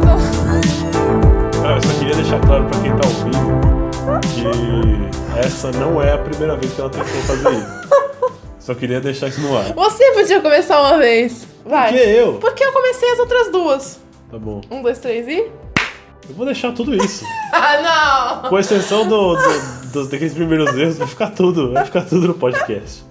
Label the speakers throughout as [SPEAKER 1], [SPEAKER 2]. [SPEAKER 1] tá essa não é a primeira vez que ela tentou fazer isso. Só queria deixar isso no ar.
[SPEAKER 2] Você podia começar uma vez. Vai.
[SPEAKER 1] Porque eu?
[SPEAKER 2] Porque eu comecei as outras duas.
[SPEAKER 1] Tá bom.
[SPEAKER 2] Um, dois, três e.
[SPEAKER 1] Eu vou deixar tudo isso.
[SPEAKER 2] Ah, não!
[SPEAKER 1] Com exceção do, do, dos daqueles primeiros erros, vai ficar tudo. Vai ficar tudo no podcast.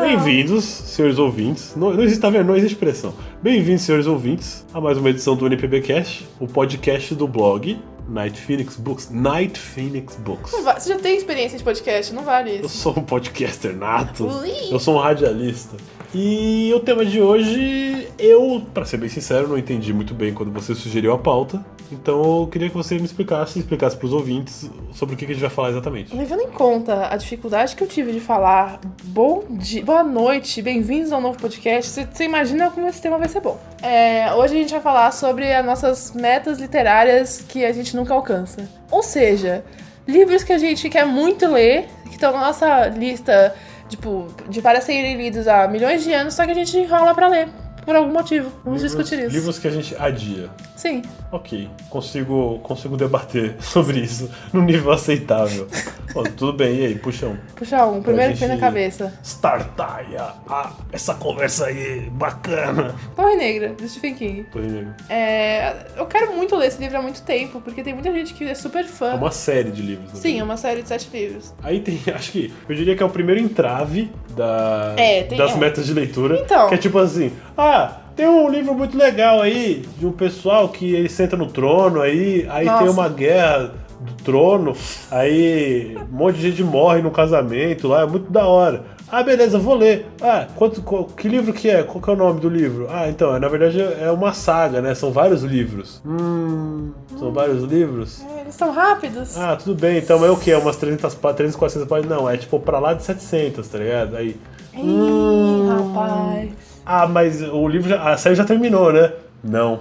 [SPEAKER 1] Bem-vindos, senhores ouvintes. Não, não existe, tá vendo? Não existe pressão. Bem-vindos, senhores ouvintes, a mais uma edição do NPBcast, o podcast do blog Night Phoenix Books. Night Phoenix Books.
[SPEAKER 2] Não va- Você já tem experiência de podcast, não vale
[SPEAKER 1] Eu
[SPEAKER 2] isso.
[SPEAKER 1] sou um podcaster nato.
[SPEAKER 2] Ui.
[SPEAKER 1] Eu sou um radialista. E o tema de hoje, eu, pra ser bem sincero, não entendi muito bem quando você sugeriu a pauta. Então eu queria que você me explicasse, explicasse pros ouvintes sobre o que que a gente vai falar exatamente.
[SPEAKER 2] Levando em conta a dificuldade que eu tive de falar bom dia, boa noite, bem-vindos ao novo podcast, você- você imagina como esse tema vai ser bom. É, hoje a gente vai falar sobre as nossas metas literárias que a gente nunca alcança. Ou seja, livros que a gente quer muito ler, que estão na nossa lista, tipo, de para serem lidos há milhões de anos, só que a gente enrola pra ler, por algum motivo. Vamos
[SPEAKER 1] Livros-
[SPEAKER 2] discutir isso.
[SPEAKER 1] Livros que a gente adia.
[SPEAKER 2] Sim.
[SPEAKER 1] Ok, consigo, consigo debater sobre isso num nível aceitável. Bom, tudo bem, e aí, puxa um.
[SPEAKER 2] Puxa um, primeiro que vem na
[SPEAKER 1] gente-
[SPEAKER 2] cabeça.
[SPEAKER 1] Startaia, ah, essa conversa aí, bacana.
[SPEAKER 2] Torre Negra, do Stephen King.
[SPEAKER 1] Tô rindo.
[SPEAKER 2] É, eu quero muito ler esse livro há muito tempo, porque tem muita gente que é super fã.
[SPEAKER 1] É uma série de livros. né?
[SPEAKER 2] Sim, é uma série de sete livros.
[SPEAKER 1] Aí tem, acho que, eu diria que é o primeiro entrave da,
[SPEAKER 2] É, tem-
[SPEAKER 1] das
[SPEAKER 2] é.
[SPEAKER 1] metas de leitura.
[SPEAKER 2] Então.
[SPEAKER 1] Que é tipo assim, ah, tem um livro muito legal aí, de um pessoal que ele senta no trono, aí, aí
[SPEAKER 2] Nossa.
[SPEAKER 1] tem uma guerra do trono, aí um monte de gente morre no casamento lá, é muito da hora. Ah, beleza, vou ler. Ah, quanto, qual- que livro que é? Qual que é o nome do livro? Ah, então, é, na verdade é uma saga, né? São vários livros. Hum, são vários livros?
[SPEAKER 2] É, Eles são rápidos.
[SPEAKER 1] Ah, tudo bem, então é o quê? Umas 300, pá- 300 400 páginas? Não, é tipo pra lá de 700, tá ligado? Aí.
[SPEAKER 2] Ih,
[SPEAKER 1] Hum.
[SPEAKER 2] rapaz.
[SPEAKER 1] Ah, mas o livro, já, a série já terminou, né? Não.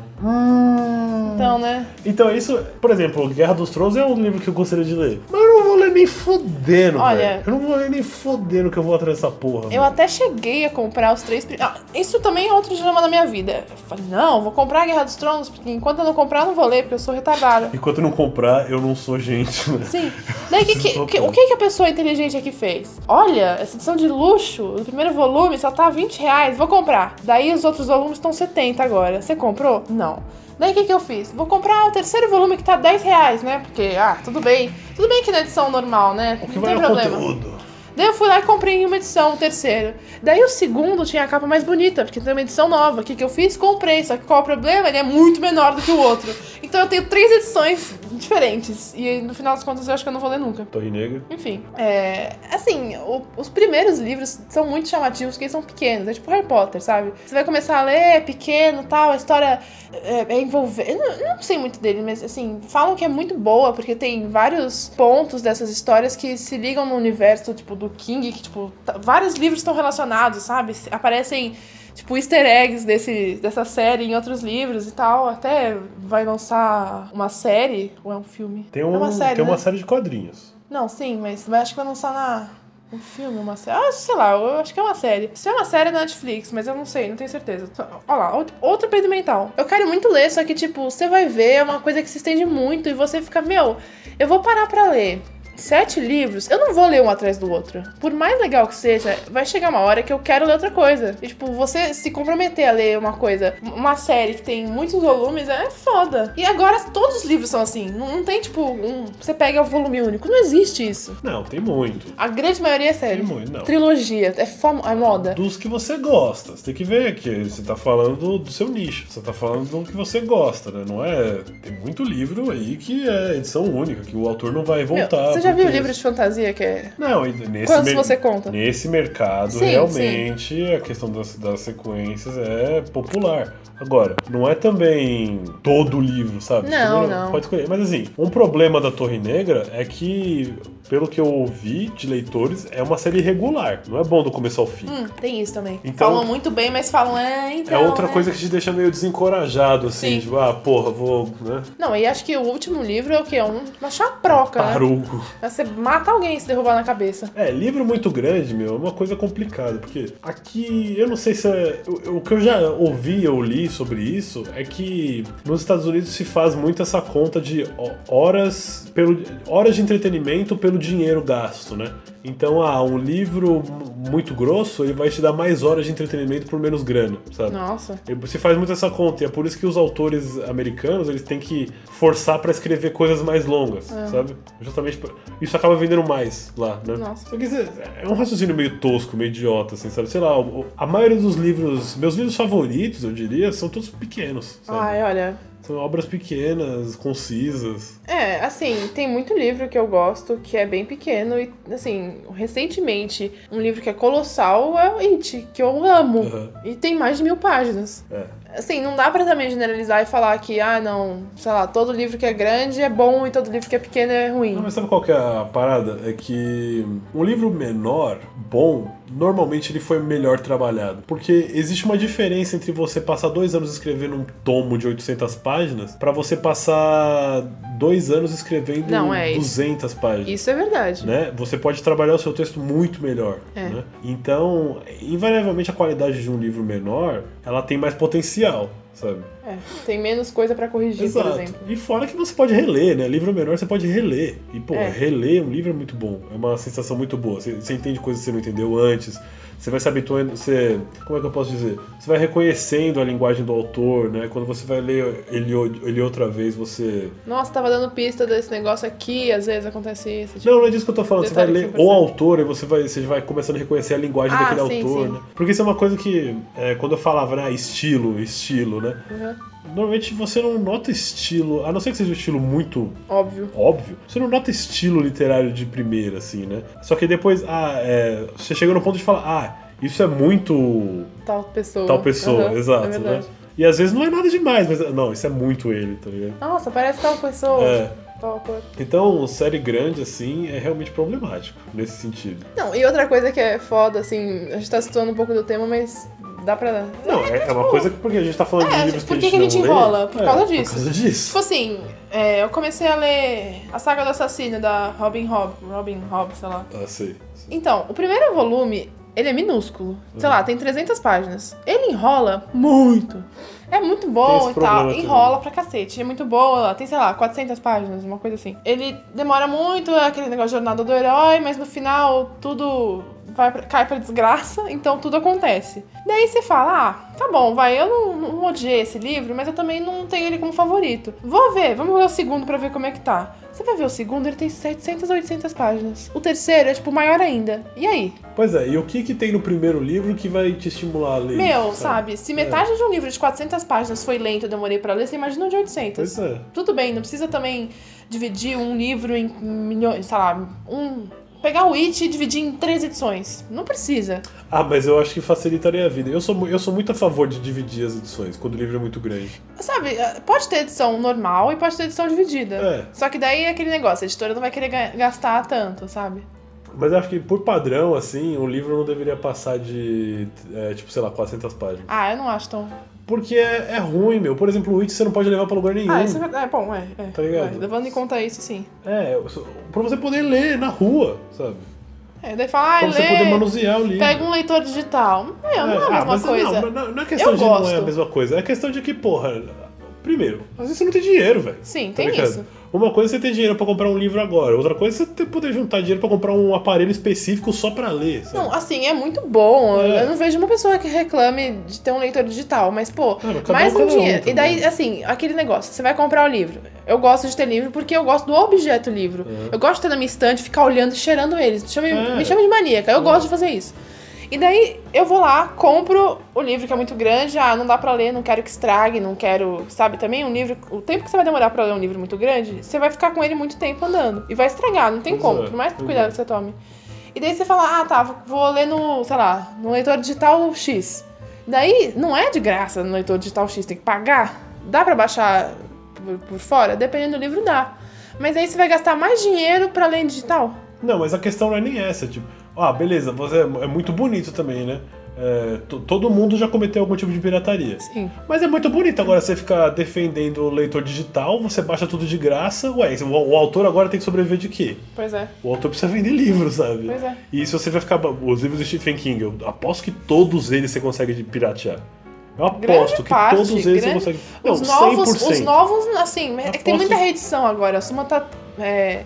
[SPEAKER 2] Então, né?
[SPEAKER 1] Então é isso, por exemplo, Guerra dos Tronos é um livro que eu gostaria de ler. Mas eu não vou ler nem fodendo,
[SPEAKER 2] Olha-
[SPEAKER 1] velho. Eu não vou ler nem fodendo que eu vou atrás dessa porra.
[SPEAKER 2] Eu
[SPEAKER 1] mano.
[SPEAKER 2] até cheguei a comprar os três. pri- Ah, isso também é outro dilema da minha vida. Eu falei, não, vou comprar a Guerra dos Tronos, porque enquanto eu não comprar, eu não vou ler, porque eu sou retardada.
[SPEAKER 1] Enquanto eu não comprar, eu não sou gente, né?
[SPEAKER 2] Sim. Daí que, que- que- o que, que a pessoa inteligente aqui fez? Olha, essa edição de luxo, o primeiro volume só tá 20 reais, vou comprar. Daí os outros volumes estão 70 agora. Você comprou? Não. Daí o que, que eu fiz? Vou comprar o terceiro volume que tá 10 reais, né? Porque, ah, tudo bem. Tudo bem que na edição normal, né?
[SPEAKER 1] O que
[SPEAKER 2] Não
[SPEAKER 1] vai
[SPEAKER 2] tem
[SPEAKER 1] é o
[SPEAKER 2] problema.
[SPEAKER 1] conteúdo.
[SPEAKER 2] Daí eu fui lá e comprei em uma edição, o terceiro. Daí o segundo tinha a capa mais bonita, porque tem uma edição nova. O que, que eu fiz? Comprei. Só que qual é o problema? Ele é muito menor do que o outro. Então eu tenho três edições diferentes. E no final das contas eu acho que eu não vou ler nunca.
[SPEAKER 1] Torre Negra.
[SPEAKER 2] Enfim, é. Assim, o- os primeiros livros são muito chamativos porque eles são pequenos. É tipo Harry Potter, sabe? Você vai começar a ler, é pequeno tal, a história é, é envolvente. Eu não, eu não sei muito dele, mas assim, falam que é muito boa porque tem vários pontos dessas histórias que se ligam no universo, tipo, do King, que, tipo, tá- vários livros estão relacionados, sabe? Se- Aparecem. Tipo, easter eggs desse, dessa série em outros livros e tal. Até vai lançar uma série. Ou é um filme?
[SPEAKER 1] Tem, um,
[SPEAKER 2] é uma série.
[SPEAKER 1] tem
[SPEAKER 2] né?
[SPEAKER 1] uma série de quadrinhos.
[SPEAKER 2] Não, sim, mas vai- acho que vai lançar na. Um filme, uma série. Ah, sei lá, eu acho que é uma série. Se é uma série é na Netflix, mas eu não sei, não tenho certeza. Olha lá, outro, outro peido mental. Eu quero muito ler, só que, tipo, você vai ver, é uma coisa que se estende muito e você fica, meu, eu vou parar pra ler sete livros, eu não vou ler um atrás do outro. Por mais legal que seja, vai chegar uma hora que eu quero ler outra coisa. E, tipo, você se comprometer a ler uma coisa, uma série que tem muitos volumes, é foda. E agora todos os livros são assim. Não, não tem, tipo, um. Você pega o volume único. Não existe isso.
[SPEAKER 1] Não, tem muito.
[SPEAKER 2] A grande maioria é série.
[SPEAKER 1] Tem muito, não.
[SPEAKER 2] Trilogia, é, fam... é moda.
[SPEAKER 1] dos que você gosta. Você tem que ver que você tá falando do, do seu nicho, você tá falando do que você gosta, né? Não é. Tem muito livro aí que é edição única, que o autor não vai
[SPEAKER 2] Meu,
[SPEAKER 1] voltar.
[SPEAKER 2] você já viu
[SPEAKER 1] porque-
[SPEAKER 2] livro de fantasia que é.
[SPEAKER 1] Não, e nesse
[SPEAKER 2] Quantos
[SPEAKER 1] mer-
[SPEAKER 2] você conta?
[SPEAKER 1] Nesse mercado,
[SPEAKER 2] Sim,
[SPEAKER 1] realmente, a questão das, das sequências é popular. Agora, não é também todo livro, sabe? Você
[SPEAKER 2] Não,
[SPEAKER 1] também
[SPEAKER 2] não.
[SPEAKER 1] Pode escolher. Mas assim, um problema da Torre Negra é que, pelo que eu ouvi de leitores, é uma série irregular. Não é bom do começo ao fim.
[SPEAKER 2] Hum, tem isso também.
[SPEAKER 1] Então-
[SPEAKER 2] falam muito bem, mas falam, é, então.
[SPEAKER 1] É outra
[SPEAKER 2] né?"
[SPEAKER 1] coisa que te deixa meio desencorajado, assim,
[SPEAKER 2] Sim.
[SPEAKER 1] tipo, ah, porra, vou, né?
[SPEAKER 2] Não, e acho que o último livro é o quê? É um- uma chaproca, né?
[SPEAKER 1] Tarugo.
[SPEAKER 2] Você mata alguém se derrubar na cabeça.
[SPEAKER 1] É, livro muito grande, meu, é uma coisa complicada, porque aqui, eu não sei se é. O, o que eu já ouvi ou li sobre isso é que nos Estados Unidos se faz muito essa conta de ho- horas, pelo, horas de entretenimento pelo pelo dinheiro gasto, né? Então, ah, um livro mu- muito grosso, ele vai te dar mais horas de entretenimento por menos grana, sabe?
[SPEAKER 2] Nossa.
[SPEAKER 1] E Você faz muito essa conta, e é por isso que os autores americanos eles têm que forçar pra escrever coisas mais longas, sabe? Justamente pra... isso acaba vendendo mais lá, né?
[SPEAKER 2] Nossa.
[SPEAKER 1] Só que isso é é um raciocínio meio tosco, meio idiota, assim, sabe? Sei lá, o- o- a maioria dos livros, meus livros favoritos, eu diria, são todos pequenos, sabe?
[SPEAKER 2] Ai, olha.
[SPEAKER 1] São obras pequenas, concisas.
[SPEAKER 2] É, assim, tem muito livro que eu gosto que é bem pequeno e, assim, recentemente, um livro que é colossal é o It, que eu amo.
[SPEAKER 1] Aham.
[SPEAKER 2] E tem mais de mil páginas.
[SPEAKER 1] É.
[SPEAKER 2] Assim, não dá pra também generalizar e falar que, ah, não, sei lá, todo livro que é grande é bom e todo livro que é pequeno é ruim.
[SPEAKER 1] Não, mas sabe qual que é a parada? É que um livro menor, bom, normalmente ele foi melhor trabalhado. Porque existe uma diferença entre você passar dois anos escrevendo um tomo de 800 páginas pra você passar dois anos escrevendo
[SPEAKER 2] Não, é isso.
[SPEAKER 1] 200 páginas.
[SPEAKER 2] Isso é verdade.
[SPEAKER 1] Né? Você pode trabalhar o seu texto muito melhor.
[SPEAKER 2] É.
[SPEAKER 1] né? Então, invariavelmente a qualidade de um livro menor, ela tem mais potencial, sabe?
[SPEAKER 2] É, tem menos coisa pra corrigir, por exemplo.
[SPEAKER 1] E fora que você pode reler, né? Livro menor você pode reler. E, pô,
[SPEAKER 2] É.
[SPEAKER 1] reler um livro é muito bom. É uma sensação muito boa. Você, você entende coisas que você não entendeu antes. Você vai se habituando, você. Como é que eu posso dizer? Você vai reconhecendo a linguagem do autor, né? Quando você vai ler ele, o- ele outra vez, você.
[SPEAKER 2] Nossa, tava dando pista desse negócio aqui, às vezes acontece isso. tipo-
[SPEAKER 1] Não, não é disso que eu tô falando. Você vai
[SPEAKER 2] Detalhe
[SPEAKER 1] ler
[SPEAKER 2] que você
[SPEAKER 1] o
[SPEAKER 2] percebe.
[SPEAKER 1] autor e você vai, você vai começando a reconhecer a linguagem
[SPEAKER 2] Ah,
[SPEAKER 1] daquele
[SPEAKER 2] sim,
[SPEAKER 1] autor,
[SPEAKER 2] sim.
[SPEAKER 1] né? Porque isso é uma coisa que. é, quando eu falava, né? Estilo, estilo, né?
[SPEAKER 2] Uhum,
[SPEAKER 1] Normalmente você não nota estilo, a não ser que seja um estilo muito
[SPEAKER 2] Óbvio.
[SPEAKER 1] óbvio, você não nota estilo literário de primeira, assim, né? Só que depois, ah, é, você chega no ponto de falar, ah, isso é muito
[SPEAKER 2] Tal pessoa.
[SPEAKER 1] tal pessoa,
[SPEAKER 2] Uhum,
[SPEAKER 1] exato,
[SPEAKER 2] é
[SPEAKER 1] né?
[SPEAKER 2] verdade.
[SPEAKER 1] E às vezes não é nada demais, mas não, isso é muito ele, tá ligado?
[SPEAKER 2] Nossa, parece tal pessoa.
[SPEAKER 1] É.
[SPEAKER 2] Tal coisa.
[SPEAKER 1] Então, série grande, assim, é realmente problemático nesse sentido.
[SPEAKER 2] Não, e outra coisa que é foda, assim, a gente tá situando um pouco do tema, mas dá pra.
[SPEAKER 1] Não, é, é uma coisa que porque a gente tá falando
[SPEAKER 2] É,
[SPEAKER 1] de livros
[SPEAKER 2] por
[SPEAKER 1] que a
[SPEAKER 2] que
[SPEAKER 1] gente,
[SPEAKER 2] que a gente
[SPEAKER 1] não lê,
[SPEAKER 2] enrola? Por
[SPEAKER 1] é,
[SPEAKER 2] causa
[SPEAKER 1] Por
[SPEAKER 2] disso.
[SPEAKER 1] causa disso.
[SPEAKER 2] Tipo assim, é, eu comecei a ler a saga do assassino da Robin Hobb, Robin Hobb, sei lá.
[SPEAKER 1] Ah, sei. sei.
[SPEAKER 2] Então, o primeiro volume, ele é minúsculo.
[SPEAKER 1] Hum.
[SPEAKER 2] Sei lá, tem 300 páginas. Ele enrola muito. É muito
[SPEAKER 1] Tem
[SPEAKER 2] bom e
[SPEAKER 1] esse problema
[SPEAKER 2] tal.
[SPEAKER 1] também.
[SPEAKER 2] Enrola pra cacete. É muito bom. Ela tem, sei lá, 400 páginas, uma coisa assim. Ele demora muito, é aquele negócio de jornada do herói, mas no final tudo vai pra- cai pra desgraça, então tudo acontece. Daí você fala, ah, tá bom, vai, eu não, não odiei esse livro, mas eu também não tenho ele como favorito. Vou ver, vamos ler o segundo pra ver como é que tá. Você vai ver o segundo, ele tem 700, 800 páginas. O terceiro é, tipo, maior ainda. E aí?
[SPEAKER 1] Pois é, e o que que tem no primeiro livro que vai te estimular a ler?
[SPEAKER 2] Meu,
[SPEAKER 1] isso, É.
[SPEAKER 2] sabe? Se metade de um livro de 400 páginas foi lento, eu demorei pra ler, você imagina um de 800.
[SPEAKER 1] Pois é.
[SPEAKER 2] Tudo bem, não precisa também dividir um livro em milhões, sei lá, um. Pegar o It e dividir em três edições. Não precisa.
[SPEAKER 1] Ah, mas eu acho que facilitaria a vida. Eu sou, mu- eu sou muito a favor de dividir as edições, quando o livro é muito grande.
[SPEAKER 2] Sabe, eh, pode ter edição normal e pode ter edição dividida.
[SPEAKER 1] É,
[SPEAKER 2] Só que daí é aquele negócio, a editora não vai querer ga- gastar tanto, sabe?
[SPEAKER 1] mas eu acho que por padrão, assim, o livro não deveria passar de, é, tipo, sei lá, 400 páginas.
[SPEAKER 2] Ah, eu não acho tão.
[SPEAKER 1] Porque é, é ruim, meu. Por exemplo, o It você não pode levar pra lugar nenhum.
[SPEAKER 2] Ah, isso é verdade. É bom, é. é.
[SPEAKER 1] Tá ligado?
[SPEAKER 2] É, levando em conta isso, sim.
[SPEAKER 1] É, eu sou- pra você poder ler na rua, sabe?
[SPEAKER 2] É, daí fala, ah,
[SPEAKER 1] Pra você poder
[SPEAKER 2] lê,
[SPEAKER 1] manusear o livro.
[SPEAKER 2] pega um leitor digital. Meu, não é a
[SPEAKER 1] ah,
[SPEAKER 2] mesma
[SPEAKER 1] mas
[SPEAKER 2] coisa.
[SPEAKER 1] Não, não, não é questão
[SPEAKER 2] Eu
[SPEAKER 1] de não é a
[SPEAKER 2] gosto.
[SPEAKER 1] mesma coisa. É questão de que, porra, primeiro, às vezes você não tem dinheiro, velho.
[SPEAKER 2] Sim,
[SPEAKER 1] Tá
[SPEAKER 2] tem
[SPEAKER 1] ligado?
[SPEAKER 2] isso.
[SPEAKER 1] Uma coisa é você ter dinheiro pra comprar um livro agora, outra coisa é você ter- poder juntar dinheiro pra comprar um aparelho específico só pra ler. Sabe?
[SPEAKER 2] Não, assim, é muito bom. Eu-
[SPEAKER 1] É.
[SPEAKER 2] Eu não vejo uma pessoa que reclame de ter um leitor digital, mas, pô,
[SPEAKER 1] Cara, cada
[SPEAKER 2] mais
[SPEAKER 1] um,
[SPEAKER 2] um
[SPEAKER 1] cada um
[SPEAKER 2] dinheiro. E
[SPEAKER 1] também.
[SPEAKER 2] daí, assim, aquele negócio, você vai comprar o livro. Eu gosto de ter livro porque eu gosto do objeto livro.
[SPEAKER 1] É.
[SPEAKER 2] Eu gosto de ter na minha estante, ficar olhando e cheirando eles. Chama-
[SPEAKER 1] É.
[SPEAKER 2] Me chama de maníaca, eu
[SPEAKER 1] É.
[SPEAKER 2] gosto de fazer isso. E daí eu vou lá, compro o livro que é muito grande, ah, não dá pra ler, não quero que estrague, não quero, sabe, também um livro, o tempo que você vai demorar pra ler um livro muito grande, você vai ficar com ele muito tempo andando e vai estragar, não tem
[SPEAKER 1] Pois
[SPEAKER 2] como,
[SPEAKER 1] é,
[SPEAKER 2] por mais
[SPEAKER 1] pois é.
[SPEAKER 2] cuidado que você tome. E daí você fala, ah, tá, vou ler no, sei lá, no leitor digital X. Daí não é de graça no leitor digital X, tem que pagar. Dá pra baixar por, por fora? Dependendo do livro, dá. Mas aí você vai gastar mais dinheiro pra ler em digital.
[SPEAKER 1] Não, mas a questão não é nem essa, tipo, ah, beleza, você é é muito bonito também, né? É, to- todo mundo já cometeu algum tipo de pirataria.
[SPEAKER 2] Sim.
[SPEAKER 1] Mas é muito bonito agora você ficar defendendo o leitor digital, você baixa tudo de graça. Ué, o, o autor agora tem que sobreviver de quê?
[SPEAKER 2] Pois é,
[SPEAKER 1] O autor precisa vender livro, sabe?
[SPEAKER 2] pois é.
[SPEAKER 1] E se você vai ficar. Os livros do Stephen King, eu aposto que todos eles você consegue de piratear. Eu
[SPEAKER 2] Grande
[SPEAKER 1] aposto que
[SPEAKER 2] parte,
[SPEAKER 1] todos eles
[SPEAKER 2] grande-
[SPEAKER 1] você consegue. Não,
[SPEAKER 2] os novos,
[SPEAKER 1] 100%.
[SPEAKER 2] os novos, assim, é que tem
[SPEAKER 1] Aposto-
[SPEAKER 2] muita reedição agora. A Suma tá. é,